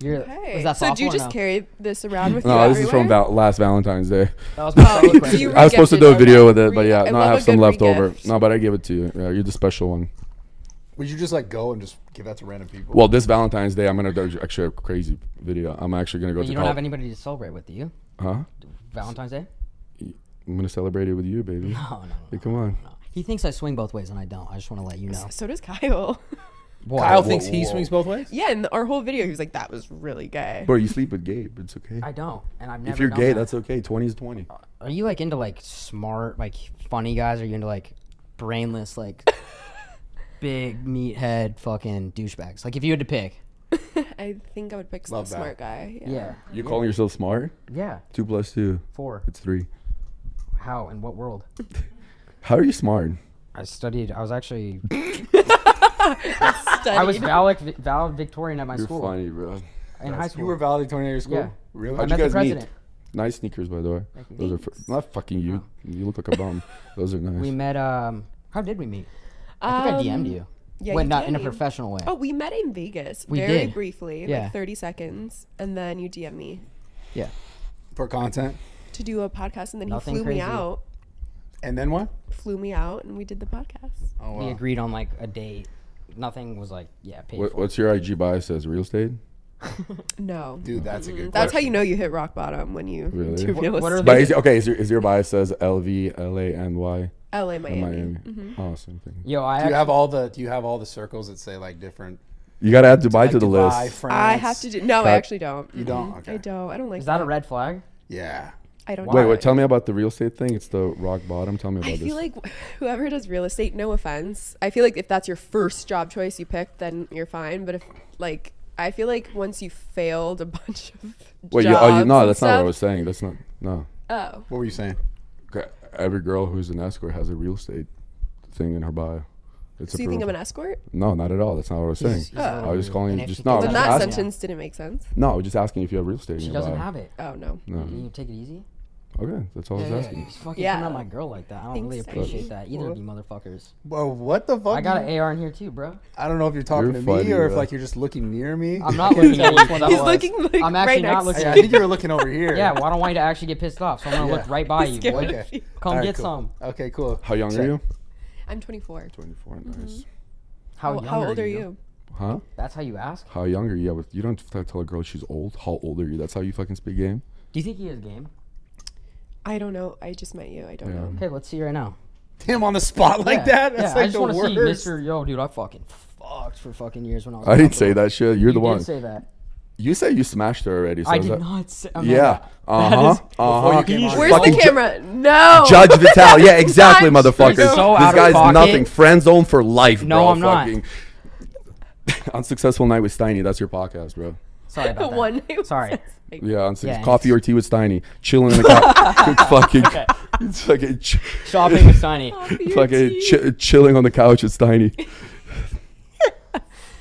B: You're,
G: Okay.
B: Was that
G: so do
B: thoughtful
G: you
B: or
G: just
B: no?
G: carry this around with you
D: No, this is from
G: everywhere?
D: val- last Valentine's Day.
B: That was my second
G: Um, do you
B: question.
D: I was supposed to
G: Regifted,
D: do a video
G: okay.
D: with it, but
G: Re-
D: yeah,
G: I
D: no, I
G: love
D: have
G: a
D: some
G: good
D: left over.
G: re-gift.
D: No, but I gave it to you. Yeah, you're the special one.
C: Would you just like go and just give that to random people?
D: Well, this Valentine's Day, I'm gonna do actually a crazy video. I'm actually gonna go
B: But
D: to
B: you don't have
D: college.
B: anybody to celebrate with, do you?
D: Huh?
B: Valentine's Day?
D: I'm gonna celebrate it with you, baby.
B: Oh no.
D: Hey, come on.
B: He thinks I swing both ways, and I don't. I just want to let you know.
G: So does Kyle.
B: Boy,
C: Kyle thinks he swings both ways.
G: yeah, in our whole video, he was like, "That was really gay."
D: Bro, you sleep with Gabe. It's okay.
B: I don't, and I've never.
D: If you're
B: done
D: gay,
B: that. Uh,
D: that's okay. 20 is 20.
B: Are you like into like smart, like funny guys? Or are you into like brainless, like big meathead, fucking douchebags? Like if you had to pick,
G: I think I would pick
C: Love
G: the
C: that.
G: smart guy. Yeah.
B: Yeah.
D: You calling yourself smart?
B: Yeah.
D: Two plus two.
B: Four.
D: It's three.
B: How? In what world?
D: How are you smart?
B: I studied. I was actually.
G: Studied.
B: I was valid, valedictorian at my
D: You're
B: school.
D: funny, bro.
B: In high school.
C: You were valedictorian at your school?
B: Yeah.
C: Really?
B: I
D: How'd
B: met
D: you
B: the
D: guys meet?
B: president.
D: Nice sneakers, by the way. Those are fr- not fucking you. You look like a bum. Those are nice.
B: Oh. We met. Um. How did we meet? I think I DM'd you.
G: Um, yeah,
B: Wait,
G: you
B: not in a
G: DM'd me.
B: professional way.
G: Oh, we met in Vegas
B: We
G: very
B: did.
G: briefly,
B: Yeah.
G: like 30 seconds, and then you DM me
B: Yeah.
C: For content.
G: to do a podcast, and then
B: Nothing
G: he flew
B: crazy.
G: me out,
C: And then what?
G: flew me out, and we did the podcast.
C: Oh,
B: We
C: wow.
B: agreed on like a date. Nothing was like yeah paid
D: What,
B: for.
D: what's your IG bio says? Real estate?
G: No,
C: Dude, that's a
B: Mm,
C: good
G: that's how you know you hit rock bottom when you
D: Really?
G: do real
B: what are
G: estate.
D: But is, okay, is your, is your bio says LV, LA, NY,
G: LA, Miami.
D: Miami?
G: Mm-hmm.
D: Awesome oh, thing.
B: Yo, I
C: Do you
B: actually-
C: have all the do you have all the circles that say like different
D: You gotta add Dubai
C: like
D: to the
C: Dubai,
D: list.
C: France?
G: I have to do. No, I
D: Cut.
G: actually don't.
C: You don't? Okay.
G: I don't. I don't like
B: is that a red flag?
C: Yeah.
G: I don't.
D: Wait,
G: do
D: wait.
G: it.
D: Tell me about the real estate thing. It's the rock bottom. Tell me about
G: I
D: this.
G: feel like whoever does real estate, no offense. I feel like if that's your first job choice you picked, then you're fine. But if like, I feel like once you failed a bunch of
D: wait, you,
G: jobs
D: oh, you, no,
G: and
D: that's not what I
G: stuff-
D: was saying. That's not no.
G: Oh,
C: What were you saying?
D: Okay, Every girl who's an escort has a real estate thing in her bio. It's
G: so
D: a
G: you think I'm
D: profile.
G: an escort?
D: No, not at all. That's not what I was saying.
B: he's
D: I was
B: rude.
D: calling
B: And
D: you
B: if she
D: just no. I
B: does
D: was
B: it-
D: just
G: Then that
B: ask-
D: asking,
G: sentence didn't make sense.
D: no, I was just asking if you have real estate.
B: She
D: in your
B: doesn't
D: bio.
B: have it.
G: Oh no.
B: Can you take it easy?
D: Okay, that's all I was asking.
B: Just fucking
G: Yeah.
B: coming at my girl like that. I don't
G: Thanks,
B: really
G: Sasha.
B: appreciate that either of you motherfuckers.
C: Well, what the fuck?
B: I got an AR in here too, bro.
C: I don't know if you're talking
D: You're
C: to
D: funny,
C: me or if
D: bro.
C: like you're just looking near me.
B: I'm not looking at which one that
G: He's
B: was.
G: looking like
B: I'm actually
G: right
B: not
G: next.
B: looking
C: Yeah,
B: at
C: I think you were looking over here.
B: Yeah, well, I don't want you to actually get pissed off, so I'm gonna look
C: Yeah.
B: right by you.
G: scared.
B: boy.
C: Okay.
B: Come
C: All right,
B: get
C: cool.
B: some.
C: Okay, cool.
D: How young
C: Check.
D: are you?
G: I'm 24.
D: Twenty-four. Nice.
G: Mm-hmm.
B: How,
G: Well,
B: young
G: how old are you?
D: Huh?
B: That's how you ask.
D: How young are you? Yeah, but you don't have to tell a girl she's old. How old are you? That's how you fucking speak game.
B: Do you think he is game?
G: I don't know. I just met you. I don't know.
B: Okay, let's see right now.
C: Him on the spot like that?
B: yeah,
C: That's
B: I
C: like
B: just
C: the
B: want to see
C: worst.
B: Mr. Yo, dude, I fucking fucked for fucking years when I was.
D: I didn't
B: younger.
D: say that shit. You're the
B: You
D: one.
B: did say that.
D: you said you smashed her already. So
B: I
D: is
B: did
D: that-
B: not say. I'm not-
D: Yeah. Uh huh.
B: is-
D: Uh huh.
C: came on.
G: Where's
D: Fucking
G: the camera? no.
D: Judge Vital. Yeah, exactly,
G: Judge
D: motherfucker.
G: Vital.
B: So
D: this
B: out of
D: guy's
B: pocket.
D: nothing. Friend zone for life,
B: No,
D: bro.
B: I'm not.
D: fucking. unsuccessful night with Steiny. That's your podcast, bro.
B: Sorry about that.
G: One. who
B: Sorry.
G: says, like,
D: Yeah, unsuc-
B: Yeah,
D: coffee or tea with Steiny. Chilling in the couch. fucking. It's fucking. Ch-
B: Shopping with Sonny.
G: "Your
D: fucking
G: teeth."
D: ch- chilling on the couch with Steiny.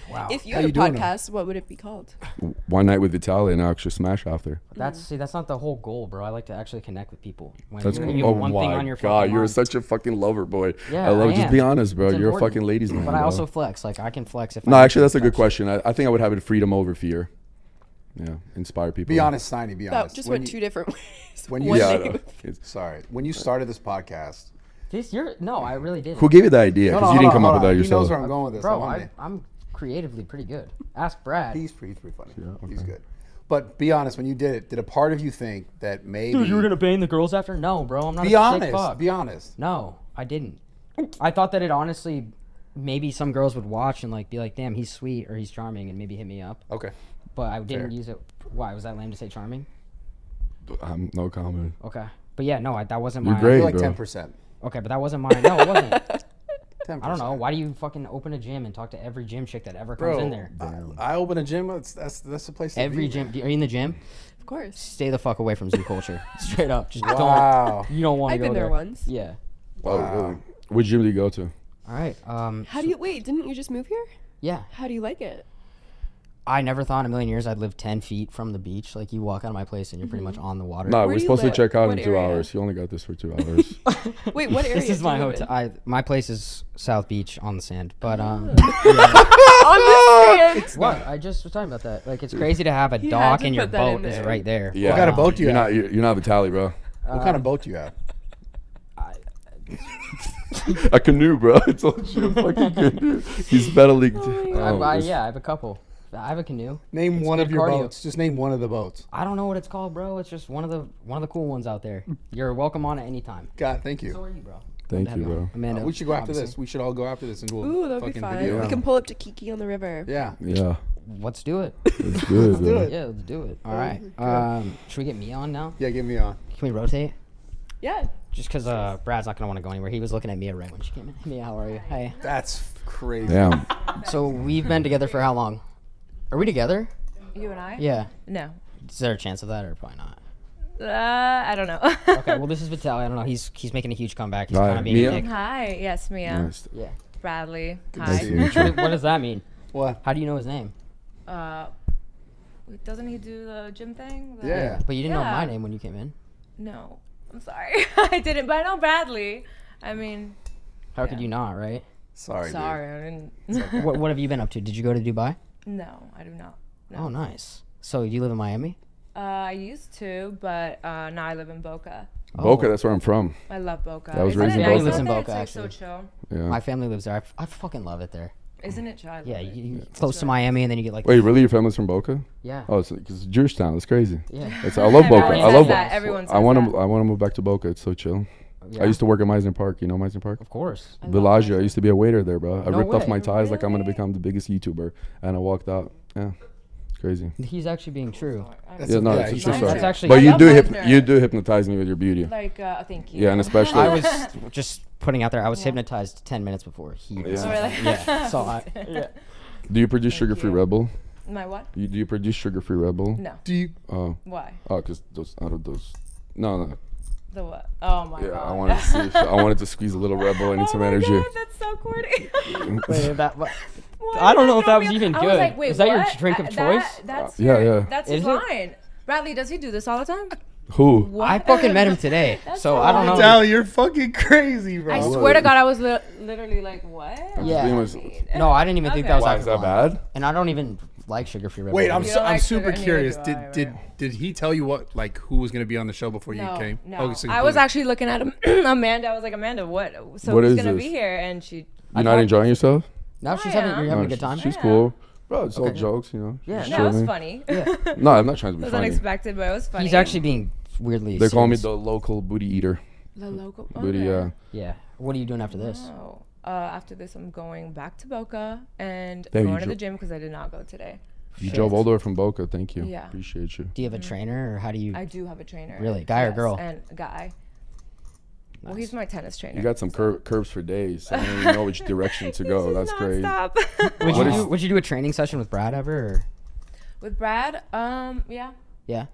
B: Wow.
G: If you had a podcast, what would it be called?
D: One night with Vitaly and I actually smash after.
B: That's see, that's not the whole goal, bro. I like to actually connect with people. When
D: That's
B: you
D: cool.
B: only have
D: Oh
B: one thing
D: my
B: on your
D: god,
B: fucking
D: you're
B: mind.
D: such a fucking lover boy.
B: Yeah,
D: I love.
B: I
D: just
B: am.
D: be honest, bro.
B: It's
D: you're
B: important.
D: a fucking ladies man.
B: But I
D: bro.
B: also flex. Like I can flex if.
D: no,
B: I
D: actually, that's a good
B: question.
D: question. I, I think I would have it freedom over fear. Yeah, inspire people.
C: Be honest, Steiny, be honest.
G: That just
C: When
G: went
C: you-
G: two different ways.
C: when you-
G: One
D: Yeah. I
G: day-
D: know. It's-
C: Sorry. When you started this podcast,
B: This you're no, I really didn't.
D: Who gave you the idea? Because
C: Hold on,
D: you
C: hold
D: didn't
C: on,
D: come up
C: hold
D: with that
C: on. He
D: yourself.
C: knows where I'm going with this.
B: Bro,
C: I want
B: I,
C: it.
B: I'm creatively pretty good. Ask Brad.
C: he's, he's pretty funny. He's good. But be honest, when you did it, did a part of you think that maybe?
B: Dude, you were gonna bang the girls after? No, bro. I'm not
C: be
B: a
C: honest.
B: sick fuck.
C: Be honest.
B: No, I didn't. I thought that it honestly, maybe some girls would watch and like be like, "Damn, he's sweet" or "He's charming," and maybe hit me up.
C: Okay.
B: But I didn't use it. Why was that lame to say charming?
D: Um, no comment.
B: Okay, but yeah, no, I, that wasn't
D: You're
B: my.
D: great,
C: You're like
D: bro.
C: ten percent.
B: Okay, but that wasn't mine. No, it wasn't.
C: Ten percent.
B: I don't know. Why do you fucking open a gym and talk to every gym chick that ever comes
C: Bro,
B: in there?
C: I, I open a gym. That's that's, that's the place. To
B: Every
C: be,
B: gym.
C: man.
B: Are you in the gym?
G: Of course.
B: Stay the fuck away from zoo culture. Straight up. Just
C: Wow.
B: don't. You don't want to
G: I've
B: go
G: been there
B: there
G: once.
B: Yeah.
D: Wow. Which gym do you go to?
B: All right. Um.
G: How do you wait? Didn't you just move here?
B: Yeah.
G: How do you like it?
B: I never thought in a million years I'd live ten feet from the beach. Like you walk out of my place and you're pretty
G: Mm-hmm.
B: much on the water.
D: No,
G: do
D: we're
G: you
D: supposed to
G: live?
D: check out
G: What
D: in two
G: area?
D: hours. You only got this for two hours.
G: Wait, what area?
B: This is
G: do
B: my
G: you live in? Oh,
B: hotel. I, my place is South Beach on the sand. But um,
G: I'm just saying.
B: what? I just was talking about that. Like it's crazy to have a
G: had
B: dock
G: to
B: and your
G: put that in
B: boat is
G: there.
B: right there.
D: yeah.
C: What kind of boat do you
D: You're
C: have?
D: not. You're, you're not Vitaly, bro.
C: what kind of boat do you have?
D: a canoe, bro. It's all you a fucking canoe. He's battling.
B: I,
D: Oh,
B: I,
D: this-
B: yeah, I have a couple. I have a canoe.
C: Name one
B: good
C: of your
B: cardio.
C: boats. Just name one of the boats.
B: I don't know what it's called, bro. It's just one of the one of the cool ones out there. You're welcome on at any time.
C: God, thank you.
B: So are you, bro?
D: Thank you, bro.
B: Amanda.
C: Uh, we should go after this. We should all go after this and do a
G: Ooh, that'd
C: fucking
G: be fun.
C: video.
G: We can pull up to Kiki on the river.
C: Yeah.
D: Yeah.
B: Let's do it.
D: It's good, bro.
B: yeah, let's do it. All right. Um, should we get me on now?
C: Yeah, give me on.
B: Can we rotate?
G: Yeah.
B: Just because uh, Brad's not gonna want to go anywhere. He was looking at Mia right when she came in. Mia, how are you? Hey.
C: That's crazy.
D: Damn.
B: So we've been together for how long? Are we together?
I: You and I?
B: Yeah.
I: No.
B: Is there a chance of that or probably not?
I: Uh, I don't know.
B: Okay, well, this is Vitaly. I don't know. He's he's making a huge comeback. He's
D: Hi,
B: kind of being
D: Mia?
B: a dick.
I: Hi. Yes, Mia.
D: Nice.
B: Yeah.
I: Bradley.
D: Nice to
I: Hi.
D: meet you.
B: What, what does that mean?
C: What?
B: How do you know his name?
I: Uh, doesn't he do the gym thing? The-
C: Yeah.
B: But you didn't know my
I: Yeah.
B: name when you came in.
I: No. I'm sorry. I didn't, but I know Bradley. I mean,
B: How could you not, right?
C: Sorry.
I: sorry. I didn't.
B: what What have you been up to? Did you go to Dubai?
I: no, I do not.
B: Oh, nice. So you live in Miami?
I: Uh, I used to, but uh, now I live in Boca.
D: Boca, that's where I'm from.
I: I love Boca.
D: I was
I: Isn't
D: raised
I: it
D: in
I: nice
D: Boca.
I: out
B: Lives in
I: there?
B: Boca,
I: It's like so
B: actually.
I: chill.
B: My family lives there. I, f- I fucking love it there.
I: Isn't it chill? I love
B: Yeah,
I: it.
B: you, you- close to Miami, and then you get like
D: Wait, really? Your family's from Boca?
B: yeah,
D: Oh, it's because it's Jewish town. It's crazy.
B: yeah.
D: It's, I love Boca. I
I: Everyone
D: love
I: says that.
D: Boca.
I: Everyone
D: I
I: says
D: want
I: that.
D: to. I want to move back to Boca. It's so chill.
B: yeah.
D: I used to work at Meisner Park. You know Meisner Park?
B: of course.
D: Villaggio. I used to be a waiter there, bro. I
B: No
D: ripped off
B: way.
D: my ties like I'm gonna become the biggest YouTuber, and I walked out. Yeah, crazy.
B: He's actually being true.
D: yeah, no,
C: yeah,
D: it's a
C: he's
D: true
C: right.
D: story.
B: That's actually- I
D: but you
I: love
D: do hyp-
I: Meisner.
D: you do hypnotize me with your beauty.
I: Like, uh, thank you.
D: Yeah, and especially
B: I was just putting out there. I was hypnotized ten minutes before he. did
D: Yeah.
I: Oh, really?
B: Yeah. So I,
D: do you produce sugar free Red Bull?
I: My what?
D: You, do you produce sugar free Red Bull?
I: No.
D: Do you? Oh,
I: Why?
D: oh, because those out of those. No, no.
I: The what? Oh my
D: Yeah,
I: god.
D: I wanted to see. If, I wanted to squeeze a little Red Bull. I need
I: oh
D: some
I: my
D: energy.
I: God, that's so corny.
B: wait, that, what-
I: Why
B: I don't
I: did
B: know if that
I: go
B: was
I: real-
B: even
I: I
B: good.
I: Was like, Wait,
B: Is that your
I: what?
B: drink of
I: I-
B: choice?
I: That, that's
D: Yeah,
I: your-
D: yeah.
I: That's
B: Is
I: his
B: it?
I: line. Bradley, does he do this all the time?
D: Who?
I: What?
B: I fucking met him today, so I don't know.
C: Down, you're fucking crazy, bro.
I: I swear to God, I was li- literally like, what?
B: Yeah.
D: Being was-
B: No, I didn't even think that was
D: Why
B: actually
D: is that
B: one.
D: bad?
B: And I don't even like sugar-free red.
C: Wait,
B: Bull.
C: I'm
I: You
C: su-
I: don't
C: I'm
I: like
C: super
I: sugar, neither
C: curious.
I: do
C: Did
I: I,
C: did did he tell you what like who was gonna be on the show before
I: No,
C: you came? Oh,
I: no.
C: so
I: I was
C: did-
I: actually looking at Am- Amanda. I was like, Amanda, what? So
D: What
I: who's
D: is
I: gonna
D: this?
I: be here? And she,
D: You're not enjoying yourself?
B: now she's
I: I
B: having you're
D: No,
B: having a good
D: sh-
B: time.
D: She's cool. Bro, it's all jokes, you know.
B: Yeah,
D: She's
I: no, it was
D: chilling.
I: funny. it
D: No, I'm not trying to be
I: was
D: funny.
I: unexpected, but it was funny.
B: He's actually being weirdly.
D: They call me
B: serious.
D: the local booty eater.
I: the local.
D: Booty, uh, yeah.
B: Yeah. What are you doing after this?
I: Oh. Uh, after this, I'm going back to Boca and
D: There you
I: going to
D: go.
I: the gym because I did not go today.
D: You drove all the way from Boca. Thank you.
I: Yeah.
D: Appreciate you.
B: Do you have a trainer or how do you?
I: I do have a trainer.
B: Really? Guy or girl?
I: And guy. Well, he's my tennis trainer.
D: You got some cur- curves for days. So I don't even know which direction to go. That's great.
I: Stop.
B: would you
D: What is-
B: do, would you do a training session with Brad ever? Or?
I: With Brad, um, yeah,
B: Yeah.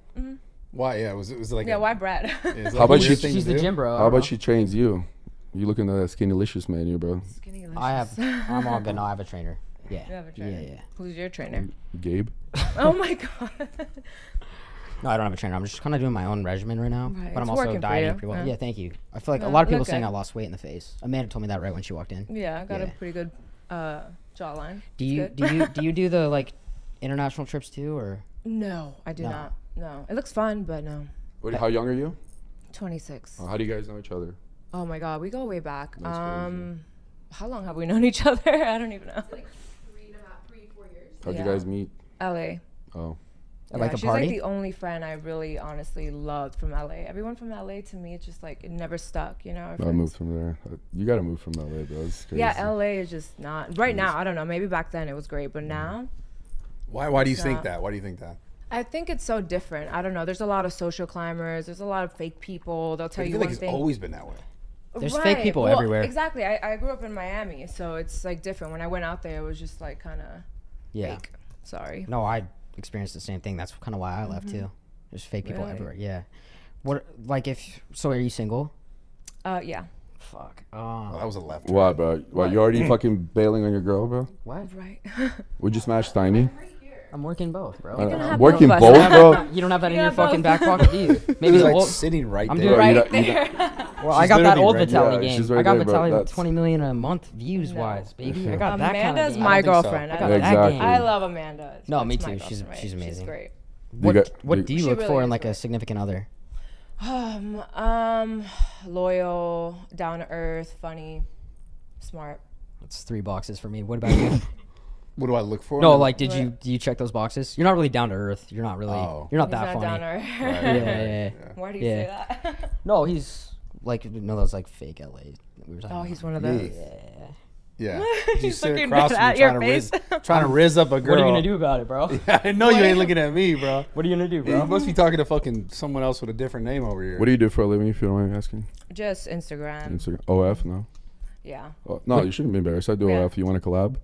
C: Why? Yeah, was it was it like
I: yeah.
C: a-
I: Why Brad?
C: is it
D: How
C: like a
D: about
C: weird
D: you-
C: thing
B: She's
C: to
B: the
C: do?
B: gym bro. I
D: How
B: don't
D: about she trains you? You looking at that skinny licious menu, bro?
I: Skinny
B: know. I have. I'm all good. No, I have a trainer. Yeah.
I: You have a trainer.
B: Yeah, yeah.
I: Who's your trainer?
B: Mm.
D: Gabe.
I: oh my god.
B: No, I don't have a trainer. I'm just kind of doing my own regimen right now.
I: Right,
B: But I'm
I: it's
B: also
I: working for
B: dieting
I: you.
B: pretty well.
I: Yeah.
B: Yeah. thank you. I feel like a
I: No,
B: lot of people
I: look
B: saying
I: good.
B: I lost weight in the face. Amanda told me that right when she walked in.
I: yeah, I got
B: Yeah.
I: a pretty good uh, jawline.
B: Do you
I: good.
B: do you do you do the like international trips too or?
I: No, I do
B: No.
I: not. No, it looks fun, but no.
D: What, how young are you?
I: 26.
D: Uh, How do you guys know each other?
I: Oh my god, we go way back. um, how long have we known each other? I don't even know.
D: How'd
I: Yeah.
D: you guys meet?
I: LA.
D: Oh,
B: At, like
I: Yeah,
B: a
I: she's
B: party?
I: like the only friend I really honestly loved from LA. Everyone from LA to me, it's just like it never stuck, you know. our
D: I
I: friends.
D: moved from there. Uh, You gotta move from LA, bro. It's crazy.
I: Yeah, LA is just not
D: Mm.
I: right now. I don't know. Maybe back then it was great, but now
C: Why? Why do you think that? Why do you think that?
I: I think it's so different. I don't know. There's a lot of social climbers. There's a lot of fake people. They'll tell
C: I
I: you
C: feel like
I: one
C: it's
I: thing.
C: always been that way.
B: There's fake people everywhere.
I: Exactly. I, I grew up in Miami, so it's like different. When I went out there, it was just like kind of
B: yeah.
I: fake. Sorry.
B: No, I experienced the same thing. That's kind of why I left too. There's fake people
I: Mm-hmm. Really?
B: everywhere. Yeah. What like if so? Are you single?
I: Uh, yeah.
B: Fuck. Oh.
C: Oh, that was a left. turn.
D: Why, bro? Why you already fucking bailing on your girl, bro?
B: What?
I: Right.
D: Would you smash Tiny?
B: I'm working both, bro.
D: Uh,
I: have
D: working
I: both
D: both,
I: of us.
D: bro.
B: You don't have that in
I: Yeah,
B: your fucking
I: both.
B: back pocket either. Maybe
C: He's
B: the
C: like
B: old.
C: sitting right
B: I'm
C: there.
B: doing-
D: You
I: right
D: don't- you
I: there.
B: Well, I got that
C: literally
B: old
C: right-
B: Vitaly
D: yeah,
B: game.
D: she's right
B: I got
D: there, bro.
B: Vitaly with
D: That's-
B: 20 million a month views
I: No.
B: wise, baby. I got that kind of
I: Amanda's
B: game.
I: my
C: I don't think so.
I: girlfriend.
B: I
I: I
B: got
I: love,
B: that
D: Exactly.
B: game.
I: I love Amanda.
B: Mm. No,
I: That's
B: me
I: my
B: too. She's-
I: girlfriend,
B: she's amazing.
I: She's great.
B: What,
D: You got-
B: what do you look
I: really
B: for in
I: is
B: like a
I: great.
B: significant other?
I: Um, um, loyal, down to earth, funny, smart.
B: That's three boxes for me. What about you?
C: What do I look for?
B: no, like, did you do you check those boxes? You're not really down to earth. You're not really.
C: Oh.
B: You're not
I: He's
B: that
I: not
B: funny.
I: down to earth.
B: Yeah, yeah, yeah.
I: Why do you say that?
B: No, he's like you know those like fake LA. that We were talking
I: oh,
B: about.
I: he's one of those.
C: yeah.
I: He's
C: sit
I: looking
C: across
I: right
C: from me
I: at your
C: trying to riz-
I: face.
C: trying to riz up a girl.
B: What are you gonna do about it, bro?
C: I know you ain't looking at me, bro.
B: What are you gonna do,
C: You
B: bro?
C: must be talking to fucking someone else with a different name over here.
D: What do you do for a living, if you don't mind me asking?
I: Just Instagram.
D: Instagram. OF, no?
I: Yeah.
D: Oh, no, you shouldn't be embarrassed. I do
I: Yeah. Hmm.
D: OF. You want to collab?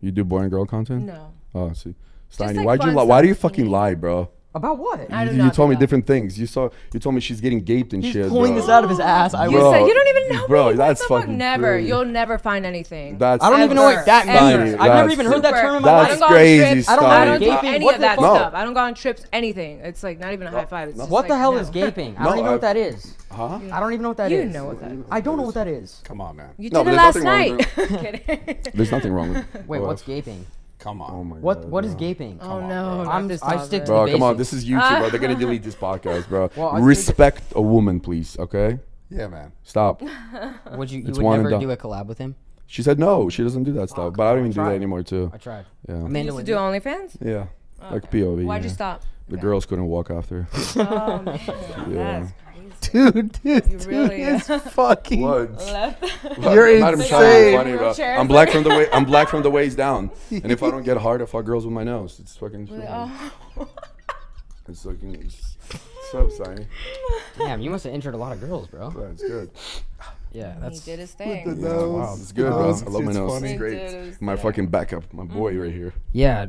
D: You do boy and girl content?
I: No.
D: Oh, I see. Steiny, why'd
I: like
D: you
I: fun
D: lie? Why do you
I: stuff.
D: fucking lie, bro?
B: About what?
I: I
D: You,
I: don't
D: you
I: know
D: told me
I: about that.
D: different things. You saw. You told me she's getting gaped and shit.
E: He's pulling
D: bro.
E: this out of his ass. I
I: You
D: Bro,
E: will.
I: said you don't even know
D: bro,
I: me. What
D: that's
I: the fuck?
D: fucking
I: Never.
D: crazy.
I: You'll never find anything.
D: That's
B: I don't even know what
I: Ever.
B: that
I: Ever.
B: means.
D: Steiny,
B: I've never
D: that's-
B: even heard that term in my
I: I
D: That's
I: don't
B: life.
I: go
D: crazy,
I: on trips.
B: I don't
I: I
B: know
I: don't
B: gaping.
I: do any
B: What
I: of
B: the
I: that
D: fuck?
I: stuff. I don't go on trips. Anything. It's like not even a high five. It's just
B: What the
I: like,
B: hell
I: no.
B: is gaping? I
D: No,
B: don't even know what
D: I-
B: that is.
D: Huh?
B: I don't even know what that is.
I: You know what that is.
B: I don't know what that is.
C: Come on, man.
I: You
D: No,
I: did
D: but
I: it
D: there's
I: last
D: nothing wrong
I: night. Kidding.
D: There's nothing wrong with.
B: Wait,
D: Oh,
B: what's gaping?
C: Come on.
D: Oh my
B: What
D: God,
B: what is
D: bro.
B: gaping?
I: Oh no. not
B: I'm-
I: this
B: I
I: topic.
B: stick to-
D: Bro, come on.
B: Basic.
D: This is YouTube, bro. They're gonna delete this podcast, bro.
B: Well, I think-
D: Respect a woman, please. Okay.
C: Yeah, man.
D: Stop.
B: Would you you
D: It's
B: would
D: one and
B: never
D: done.
B: do a collab with him?
D: She said no. She doesn't do that stuff. but I don't even do
B: try.
D: that anymore too.
B: Oh, I tried.
D: Yeah.
I: You
B: Amanda
I: used to
B: would
I: do OnlyFans?
D: Yeah. Like POV.
I: Why'd
D: yeah.
I: you stop?
D: The girls couldn't walk after.
I: Oh man, that's crazy.
E: Dude, dude,
I: You really
E: it's fucking.
D: You're
I: insane.
D: Funny, bro.
I: Wheelchair.
D: I'm black from the way I'm black from the waist down. And if I don't get hard, I fuck girls with my nose. It's fucking.
B: oh.
D: It's fucking. It's, what's up, Sonny?
B: Damn, you must have injured a lot of girls, bro.
D: That's good.
B: Yeah,
I: He
B: that's
I: did his thing.
D: Yeah, wow, it's good, bro. I love my nose. It's
I: Dude, it
D: great.
I: was
D: My fucking backup, my boy right here.
B: Yeah.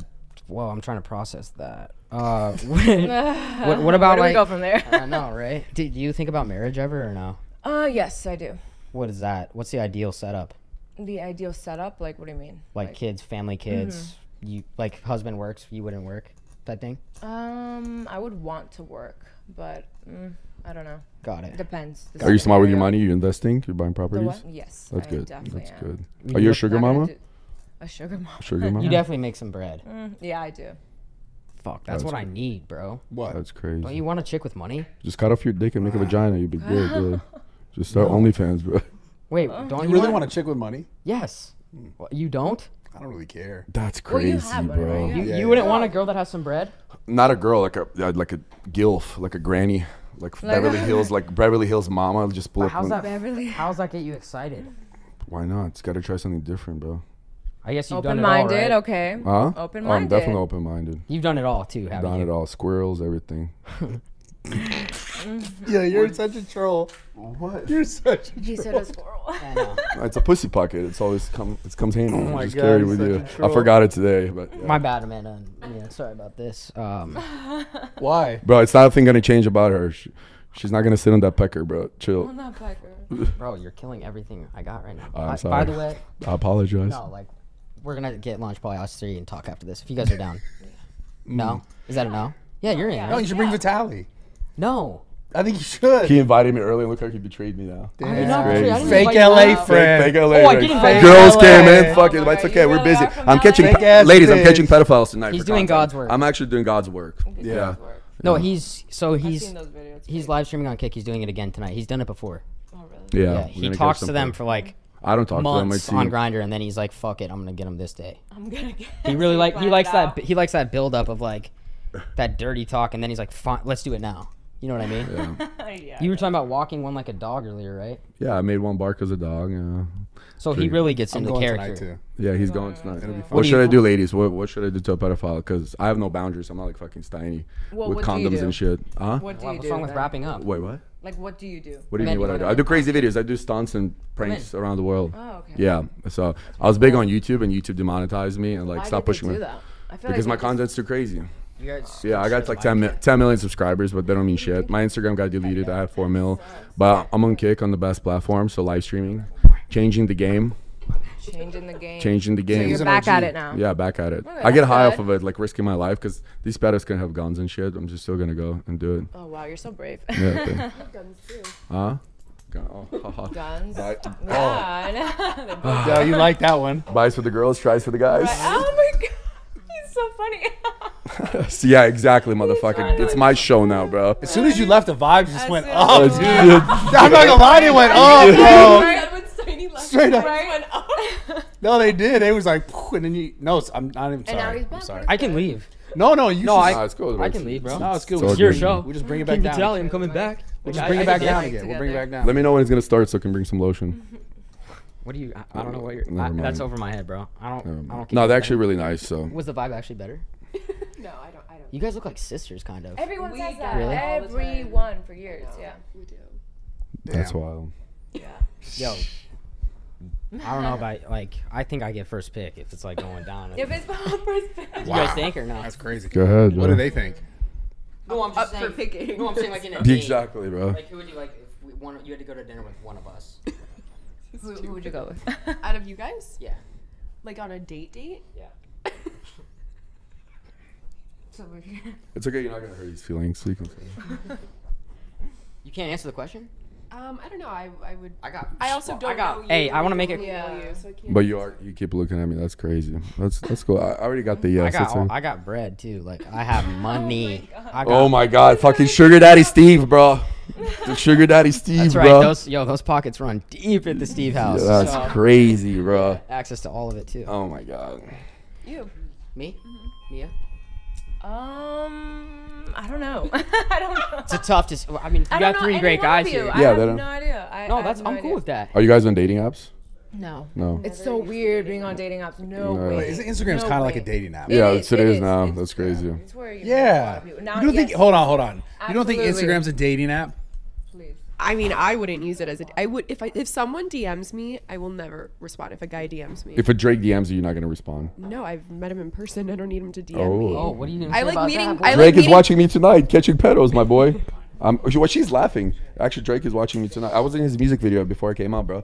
B: Well, I'm trying to process that. Uh, what, what about
I: Where do we
B: like?
I: go from there?
B: I know, right? Do, do you think about marriage ever or no?
I: Uh, yes, I do.
B: What is that? What's the ideal setup?
I: The ideal setup, like, mm-hmm. what do you mean?
B: Like, kids, family, kids. You like husband works, you wouldn't work, type thing.
I: Um, I would want to work, but mm, I don't know.
B: Got it.
I: Depends. the
D: Are you smart with your
I: scenario.
D: money? You investing? You're buying
I: The
D: properties?
I: what? Yes.
D: That's
I: I
D: good.
I: Definitely
D: That's
I: am.
D: good. Are you a sugar
I: Not gonna
D: mama?
I: do- A sugar mama.
D: Sugar mama?
B: You definitely make some bread.
I: Mm, yeah, I do.
B: Fuck, that's what I need, bro.
C: What?
D: That's crazy.
B: Don't you want a chick with money?
D: Just cut off your dick and make a vagina. You'd be good, bro. Just start OnlyFans, bro.
B: Wait,
I: Uh,
B: don't
C: You
B: you
C: really
B: want?
C: want a chick with money?
B: Yes. What, you don't?
C: I don't really care.
D: That's
I: Well,
D: crazy,
I: you have one, right?
D: bro.
I: You
B: You,
I: have-
B: you wouldn't want a girl that has some bread?
D: Not a girl, like a uh, like a gilf, like a granny, like, Beverly Hills, like Beverly Hills mama. Just pull up.
B: How's
D: on-
B: that?
I: Beverly.
B: How's that get you excited?
D: Why not? It's got to try something different, bro.
B: I guess you've done it all,
I: Open-minded.
B: right?
I: Okay.
D: Huh?
I: Open-minded.
D: Oh, I'm definitely open-minded.
B: You've done it all too, haven't
D: Done
B: you?
D: it all. Squirrels, everything.
C: Yeah, you're such a troll. What? You're such a
I: He said a squirrel.
D: It's a pussy pocket. It's always come. It's comes
B: Oh
D: handy.
C: my
D: just
C: God,
D: carry it
C: he's
D: with
C: such
D: you.
C: a
D: I
C: troll.
D: forgot it today, but yeah.
B: My bad, Amanda. Yeah, sorry about this. Um,
C: Why?
D: bro, it's nothing gonna change about her. She, she's not gonna sit on that pecker, bro. Chill.
I: I'm not black. girl.
B: bro, you're killing everything I got right now.
D: I'm
B: By-
D: sorry.
B: By the way,
D: I apologize.
B: no, like, we're gonna get lunch probably us three and talk after this. If you guys are down.
D: Mm.
B: no, is that a no? Yeah, you're in.
C: No,
B: Right?
C: you should bring Vitaly.
B: No,
C: I think you should.
D: He invited me earlier. Look how he betrayed me now.
B: I did not.
D: crazy.
B: I didn't
C: Fake
B: invite you
C: LA
B: out.
C: friend.
D: Fake, fake LA.
B: Oh, I
D: right?
B: didn't
D: Fake
B: invite
D: Girls
C: LA.
D: came in. Fuck
I: Oh
D: it.
I: my
D: but It's
I: God,
D: okay.
I: you
D: We're
I: really
D: busy.
I: are from
D: I'm
I: LA.
D: catching.
I: Fake
C: ass
D: Ladies, I'm
C: bitch.
D: catching pedophiles tonight.
B: He's
D: for
B: doing
D: content.
B: God's work.
D: I'm actually doing God's work. Yeah.
B: No, he's so he's
I: seen those videos.
B: he's live streaming on Kick. He's doing it again tonight. He's done it before.
I: Oh,
D: Yeah.
I: really?
B: Yeah,
D: we're
B: he
D: gonna catch
B: talks to
D: some
B: them
D: fun.
B: for like
D: I don't talk to them. I
B: months
D: see.
B: on Grinder, and then he's like, "Fuck it, I'm gonna get him this day."
I: I'm gonna get.
B: He really like he likes
I: planned
B: that he likes that build up of like that dirty talk, and then he's like, "Fine, let's do it now." You know what I mean?
I: out. yeah.
B: You were talking about walking one like a dog earlier, right?
D: Yeah, I made one bark as a dog. Yeah.
B: So he
D: True.
B: really gets into the
C: Going tonight,
B: character.
C: too.
D: Yeah, he's going tonight.
B: What
D: What
B: do
D: should
B: you-
D: I do, ladies? What What should I do to a pedophile? Because I have no boundaries. I'm not like fucking Steiny
I: Well,
D: with
I: what do you
D: condoms
I: do?
D: and shit. Huh?
I: What do
B: Wow,
I: you
B: what's
I: do?
B: wrong with
I: then?
B: wrapping up?
D: Wait, what?
I: Like, what do you do?
D: What do you
B: Men
D: mean? What I
B: going
D: do?
B: to
D: I do crazy videos. I do stunts and pranks around the world.
I: Oh, okay.
D: Yeah. So I was big on YouTube, and YouTube demonetized me and like
I: Why
D: stopped
I: did they
D: pushing
I: do
D: me
I: that? I feel
D: because my
I: like they
D: content's too crazy.
B: You guys-
D: Yeah, I got like 10, mi- 10 million subscribers, but they don't mean shit. My Instagram got deleted. I had four mil, but I'm on Kick on the best platform, so live streaming, changing the game,
I: just Changing the game.
D: changing the
I: So
D: game.
I: you're back at it now.
D: Yeah, back at it. I
I: that's
D: get high off
I: good.
D: of it, like risking my life, because these pedos can have guns and shit. I'm just still gonna go and do it.
I: Oh wow, you're so brave.
D: Yeah, okay. Huh? Gun- oh, haha.
I: Guns.
D: Right.
I: Yeah. I know.
C: Yeah, you like that one.
D: Buys for the girls, tries for the guys.
I: oh my god, he's so funny.
D: yeah, exactly, motherfucker. It's my show now, bro.
C: As soon as you left, the vibe just went
I: soon Uh, as
C: up,
I: you
C: dude.
D: Dude.
C: I'm not gonna lie, they went up, bro.
I: Right when Steiny left,
C: Straight up.
I: Right when oh.
C: No, they did. It was like, "Phew," and then you. No, it's- I'm not even
I: And
C: sorry.
I: now he's
C: I'm
I: back.
C: sorry.
B: I can leave.
C: No, no, you.
B: No,
C: should-
D: Nah,
B: I
D: it's cool,
B: I
D: it's-
B: can leave, bro.
C: No, it's good.
D: all
C: It's
D: your
B: show.
C: We just bring it
B: King
C: back down.
B: Vitaly, I'm coming back.
C: We just bring it back
I: I- I-
C: down
I: I-
C: again. We'll bring it back down.
D: Let me know when it's gonna start so I can bring some lotion.
B: What do you? I, I don't know what you're.
D: Never
B: I, that's
D: mind.
B: over my head, bro. I don't. I don't. keep
D: No,
B: up
D: they're
B: with
D: actually
B: that.
D: really nice. So
B: Was the vibe actually better?
I: No, I don't. I don't.
B: You guys look like sisters, kind of.
I: Everyone says that.
B: Really?
I: Everyone for years. Yeah.
D: that's wild.
B: Yo, I don't know about like. I think I get first pick if it's like going down.
I: If it's perspective.
B: you guys think or not?
C: That's crazy.
D: Go ahead,
C: What do
D: yeah.
C: they think?
B: No, I'm
G: Up for picking.
B: No, I'm saying like in a date.
D: Exactly, bro.
B: Like who would you like? If we, one, you had to go to dinner with one of us.
I: Who, who would you go with?
G: Out of you guys,
B: Yeah.
G: like on a date date.
B: Yeah.
D: It's okay. You're not gonna hurt his feelings. So you can say.
B: You can't answer the question.
G: Um, I don't know. I I would.
B: I got.
G: I also don't
B: got-
G: know you.
B: hey, I wanna make
G: it.
B: it-
G: Yeah. You, so I can't.
D: But you are. You keep looking at me. That's crazy. That's that's cool. I I already got the uh, yes.
B: I
D: that's
B: got. all-
D: it.
B: I got bread too. Like I have money. I got,
D: oh my god, fucking sugar daddy Steve, bro. The sugar daddy Steve,
B: That's right.
D: bro.
B: Those yo, those pockets run deep at the Steve house.
D: Yeah, that's
B: so-
D: crazy, bro.
B: access to all of it too.
D: Oh my god.
G: you.
B: Me, Mia.
I: um, I don't know. I don't know.
B: It's a tough. Dis- I mean, you
I: I don't
B: got
I: know
B: three
I: any
B: great
I: one of
B: guys
I: you.
B: here.
I: I
D: Yeah, they
I: have
D: don't-
I: no idea. I, I
B: no,
I: have
B: that's.
I: no
B: I'm
I: idea.
B: cool with that.
D: Are you guys on dating apps?
I: No.
D: No.
I: It's so weird being on dating apps. No
D: No.
I: way.
D: Wait,
C: Is Instagram's
I: No
C: kind of like a
I: way.
C: dating app?
D: yeah,
I: is,
D: it's, it
I: it
D: is
I: is,
D: now.
I: it's-
D: That's crazy.
I: It's where you meet a lot
C: Yeah.
I: of people.
C: You
I: Now,
C: don't think?
I: yes,
C: Hold on, hold on. You don't think
I: Absolutely.
C: Instagram's a dating app?
I: please.
G: I mean, I wouldn't use it as a. I would if I if someone DMs me, I will never respond. If a guy DMs me,
D: If a Drake DMs you, you're not gonna respond.
G: no, I've met him in person. I don't need him to DM
D: Oh.
G: me.
B: Oh, what do you? Even
G: I
B: say
G: like
B: about
G: meeting.
B: That?
G: I like
D: Drake is
G: meeting.
D: watching me tonight, catching pedos, my boy. Um, she- well, she's laughing. Actually, Drake is watching me tonight. I was in his music video before I came out, bro.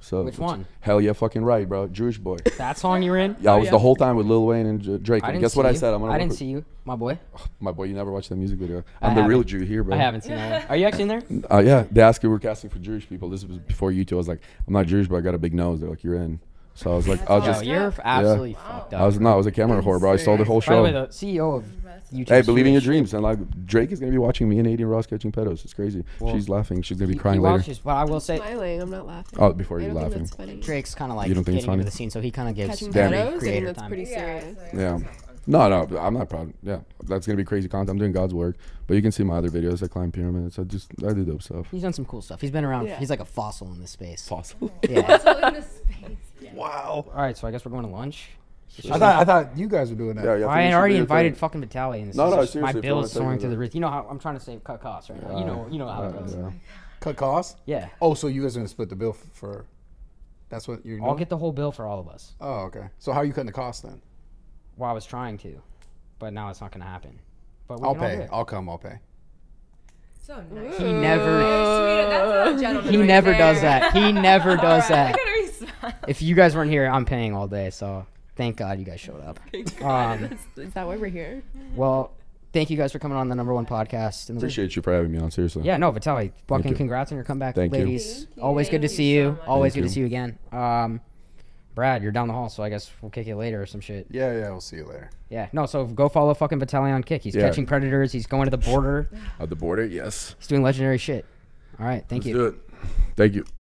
D: So
B: Which one?
D: Hell yeah, fucking right, bro. Jewish boy.
B: that song you're in?
D: Yeah, I was the whole time with Lil Wayne and J- Drake.
B: I
D: And
B: didn't
D: guess
B: see
D: what I
B: you.
D: said? I'm gonna Oh.
B: I
D: work
B: didn't
D: with-
B: see you, my boy.
D: My boy, you never watched that music video.
B: I
D: I'm the real
B: haven't.
D: Jew here, bro.
B: I haven't seen that. Are you actually in there?
D: Uh, yeah, they asked if we were casting for Jewish people. This was before you two. I was like, I'm not Jewish, but I got a big nose. They're like, you're in. So I was like, I'll
B: Yo,
D: just.
B: you're f- absolutely fucked up.
D: I was no, I was a camera whore, bro. I sold their whole
B: By the way,
D: show.
B: the CEO of YouTube.
D: Hey, believe in your dreams, and like Drake is gonna be watching me and Aiden Ross catching pedos. It's crazy. She's laughing. She's gonna be crying later.
B: but I will say,
G: Smiling, I'm not laughing.
D: Oh, before
G: I
D: you
G: don't
D: laughing.
G: Think that's funny.
B: Drake's kind of like
D: You don't think it's
B: getting into
D: funny?
B: the scene, so he kind of gives
G: Catching
B: creative
D: Damn.
G: pedos. I mean, that's
B: time.
G: pretty
I: Yeah,
G: serious.
I: it's like-
D: Yeah. No, no, but I'm not proud. Yeah, that's gonna be crazy content. I'm doing God's work, but you can see my other videos. I climb pyramids. I just I do dope stuff.
B: He's done some cool stuff. He's been around.
G: Yeah.
B: He's like a fossil in this space.
D: Fossil.
B: Yeah.
C: Wow.
B: All right, so I guess we're going to lunch.
C: I thought I thought you guys were doing that.
D: Yeah, yeah,
B: I
D: think
B: had
D: you should
B: already
D: do your
B: invited
D: thing.
B: fucking Vitaly, and this
D: No,
B: is
D: no,
B: just- my
D: seriously, if you
B: bill
D: wanna
B: is
D: take
B: soaring through
D: it there.
B: the roof. You know how I'm trying to save cut costs right now. You know, you know how it goes.
D: Yeah.
C: Cut costs.
B: Yeah,
C: Oh, so you guys are gonna split the bill f- for? That's what you're.
B: I'll
C: Doing?
B: get the whole bill for all of us.
C: oh, okay. So how are you cutting the cost then?
B: Well, I was trying to, but now it's not gonna happen. But we
C: I'll
B: can all do
C: pay.
B: it.
C: I'll come. I'll pay.
I: So nice.
B: He never.
I: Sweetie, that's not a gentleman
B: He
I: right
B: never does
I: there.
B: that. He never does
I: All
B: that.
I: right, I gotta respond.
B: If you guys weren't here, I'm paying all day. So thank God you guys showed up. Um,
G: Is that why we're here?
B: well, thank you guys for coming on the number one podcast. In the week.
D: Appreciate you for having me on. Seriously.
B: Yeah, no, Vitaly, fucking
D: you.
B: congrats on your comeback,
D: Thank you.
B: ladies. Always good to see you. Always good to see you again. Um, Brad, you're down the hall, so I guess we'll kick it later or some shit.
C: Yeah, yeah. We'll see you later.
B: Yeah, no, so go follow fucking Vitaly on Kick. He's
D: Yeah.
B: catching predators. He's going to the border.
D: At the border, yes.
B: He's doing legendary shit. All right, thank
D: Let's
B: you.
D: do it. Thank you.